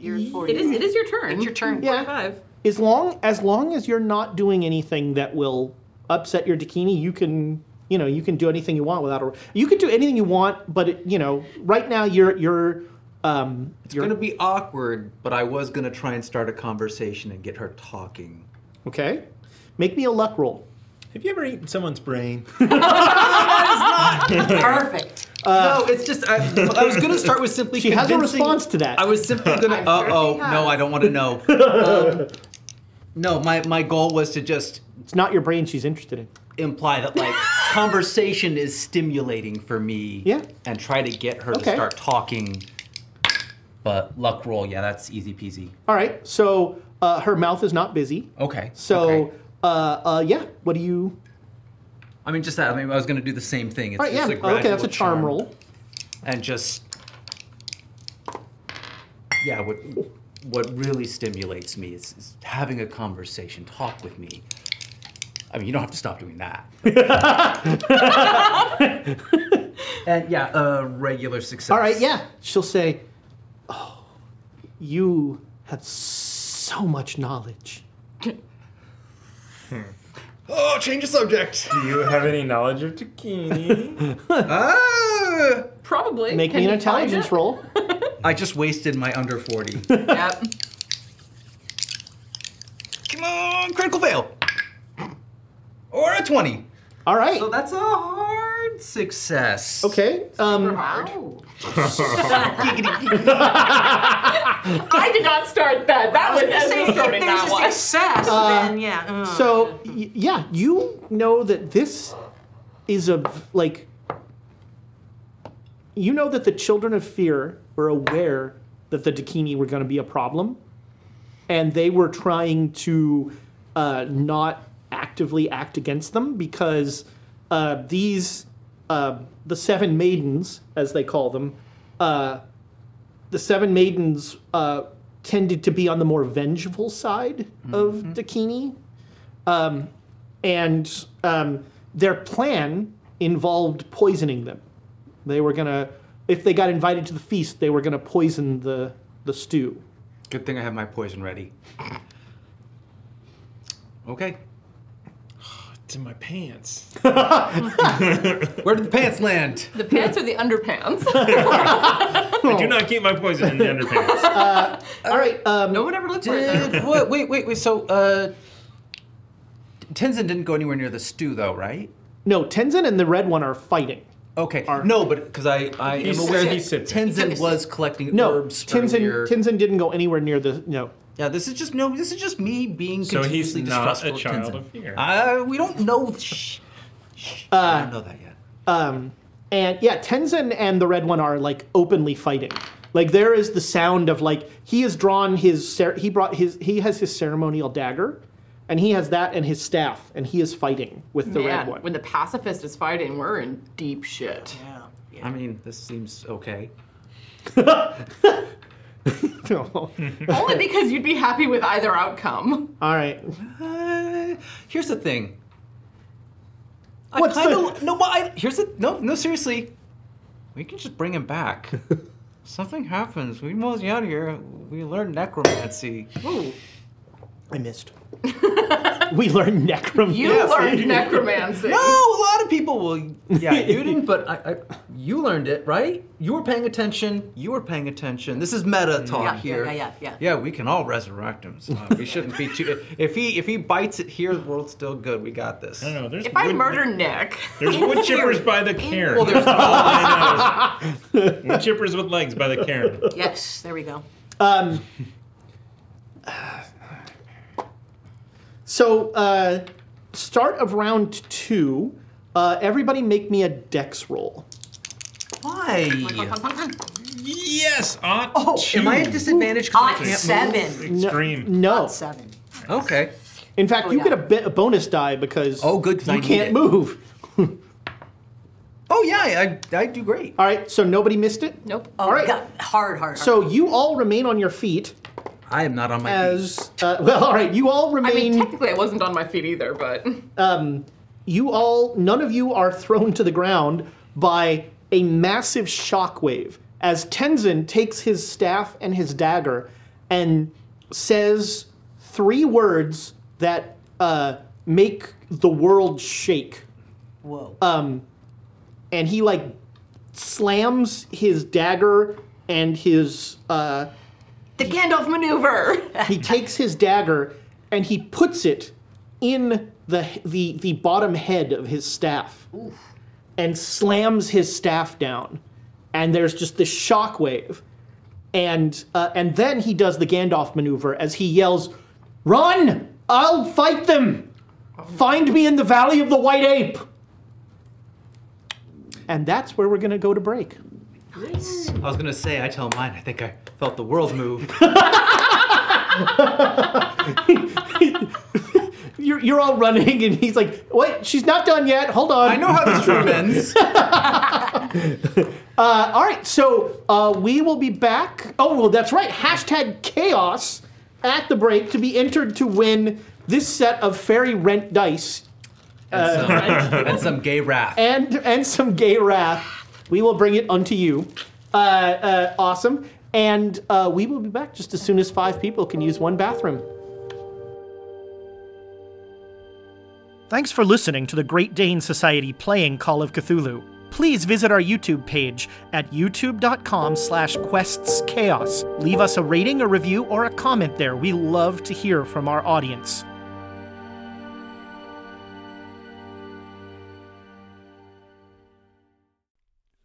S8: You're forty.
S7: It is. It is your turn. It's your
S8: turn.
S6: Yeah. as long as long as you're not doing anything that will upset your Dakini, you can you know you can do anything you want without a. You can do anything you want, but it, you know, right now you're you're. Um,
S9: It's going to be awkward, but I was going to try and start a conversation and get her talking.
S6: Okay. Make me a luck roll.
S11: Have you ever eaten someone's brain?
S8: Perfect.
S9: no, it's just I, I was going to start with simply.
S6: Uh, She has a
S9: convincing-
S6: response to that.
S9: I was simply going to.
S6: I'm sure
S9: Uh
S6: she
S9: oh, no, I don't want to know. Um, no, my my goal was to just.
S6: It's not your brain she's interested in.
S9: Imply that like conversation is stimulating for me. Yeah. And try to get her
S6: Okay.
S9: to start talking. But luck roll, yeah, that's easy peasy.
S6: All right. So uh, her mouth is not busy.
S9: Okay.
S6: So uh, uh, yeah. What do you?
S9: I mean, just that. I mean, I was going to do the same thing. It's
S6: All right,
S9: just
S6: yeah.
S9: a
S6: Okay, that's a
S9: gradual
S6: charm roll.
S9: And just, yeah, what what really stimulates me is, is having a conversation, talk with me. I mean, you don't have to stop doing that. and yeah, uh, regular success.
S6: All right. Yeah. She'll say, "Oh, you have so much knowledge."
S11: Oh, change the subject. Do you have any knowledge of Takini?
S9: ah!
S7: Probably.
S9: Make
S7: Can
S9: me an
S7: you find
S9: intelligence
S7: it?
S6: roll.
S9: I just wasted my under forty.
S7: Yep.
S9: Come on, critical fail. Or a twenty.
S6: All right.
S9: So that's a hard success.
S6: Okay. Um,
S7: I did not start that. That was,
S8: gonna say,
S7: Ezra
S8: if
S7: starting
S8: there's
S7: that
S8: a
S7: one.
S8: success,
S6: Uh,
S8: then yeah. ugh.
S6: So y- yeah, you know that this is a like you know that the children of fear were aware that the Dakini were going to be a problem, and they were trying to uh, not actively act against them because uh, these uh, the seven maidens, as they call them, uh, the seven maidens uh, tended to be on the more vengeful side of Dakini. Um, and um, their plan involved poisoning them. They were going to, if they got invited to the feast, they were going to poison the, the stew.
S9: Good thing I have my poison ready. Okay.
S11: it's in my pants.
S9: Where did the pants land?
S7: The pants or the underpants?
S11: I do not keep my poison in the underpants.
S6: all right. Um,
S7: no one ever looked for it.
S9: Did, what, wait, wait, wait. So, uh, Tenzin didn't go anywhere near the stew, though, right?
S6: No, Tenzin and the red one are fighting.
S9: Okay. no, but because I, I am aware he Tenzin was collecting
S6: No,
S9: herbs
S6: Tenzin,
S9: earlier.
S6: Tenzin didn't go anywhere near the, no.
S9: Yeah, this is just no. This is just me being
S11: So he's
S9: continuously
S11: not
S9: distrustful
S11: a child
S9: Tenzin.
S11: of fear.
S9: Uh, we don't know. Shh, shh, Uh, I don't know that yet.
S6: Um, and yeah, Tenzin and the Red One are like openly fighting. Like there is the sound of like he has drawn his cer- he brought his he has his ceremonial dagger, and he has that and his staff, and he is fighting with the Red
S7: Man,
S6: One.
S7: when the pacifist is fighting, we're in deep shit.
S9: I mean, this seems okay.
S7: Only because you'd be happy with either outcome.
S6: All right.
S9: Uh, here's the thing. I
S7: What's
S9: kind of no. But I, here's the no. No, seriously. We can just bring him back. Something happens. We mosey out of here. We learn necromancy.
S7: Ooh.
S6: I missed. we learned necromancy.
S7: You learned necromancy.
S9: No, a lot of people will. Yeah, you didn't, but I, I, you learned it, right? You were paying attention. You were paying attention. This is meta talk
S8: Yeah, yeah,
S9: here.
S8: yeah, yeah, yeah.
S9: we can all resurrect him. So uh, we shouldn't be too. If he if he bites it here, the world's still good. We got this. No,
S11: no. There's
S7: If I murder Nick,
S11: There's wood chippers by the cairn.
S9: Well, there's-
S11: I know. wood chippers with legs by the cairn.
S8: Yes, there we go.
S6: Um, so, uh, start of round two. Uh, everybody make me a dex roll.
S9: Why?
S11: Yes, aunt.
S6: Oh,
S9: am I at disadvantage 'cause I Odd can't seven. move?
S6: Extreme. No.
S8: seven.
S9: Okay.
S6: In fact,
S7: Oh,
S6: you get a, bit, a bonus die because oh, good, you
S9: I need
S6: can't
S9: it.
S6: move.
S9: oh yeah, I, I do great.
S6: All right, so nobody missed it?
S7: Nope.
S8: Oh,
S6: All right.
S8: God. Hard, hard, hard.
S6: So you all remain on your feet.
S9: I am not on my
S6: as uh, well. All right, you all
S7: I mean,
S6: remain.
S7: technically I wasn't on my feet either, but
S6: um, you all, none of you are thrown to the ground by a massive shockwave as Tenzin takes his staff and his dagger and says three words that uh, make the world shake.
S8: Whoa.
S6: Um, and he like slams his dagger and his uh,
S7: the Gandalf maneuver.
S6: he takes his dagger and he puts it in the the the bottom head of his staff and slams his staff down and there's just this shockwave and uh, and then he does the Gandalf maneuver as he yells run I'll fight them find me in the valley of the white ape and that's where we're going to go to break
S9: I was gonna say I tell mine. I think I felt the world move.
S6: you're, you're all running and he's like wait she's not done yet hold on
S9: I know how this room ends.
S6: Uh, all right, so uh, we will be back. Oh, well, that's right. Hashtag chaos at the break to be entered to win this set of fairy rent dice
S9: And some, and some gay wrath.
S6: and and some gay wrath. We will bring it unto you. Uh, uh, awesome. And uh, we will be back just as soon as five people can use one bathroom.
S5: Thanks for listening to the Great Dane Society playing Call of Cthulhu. Please visit our YouTube page at youtube.com slash questschaos. Leave us a rating, a review, or a comment there. We love to hear from our audience.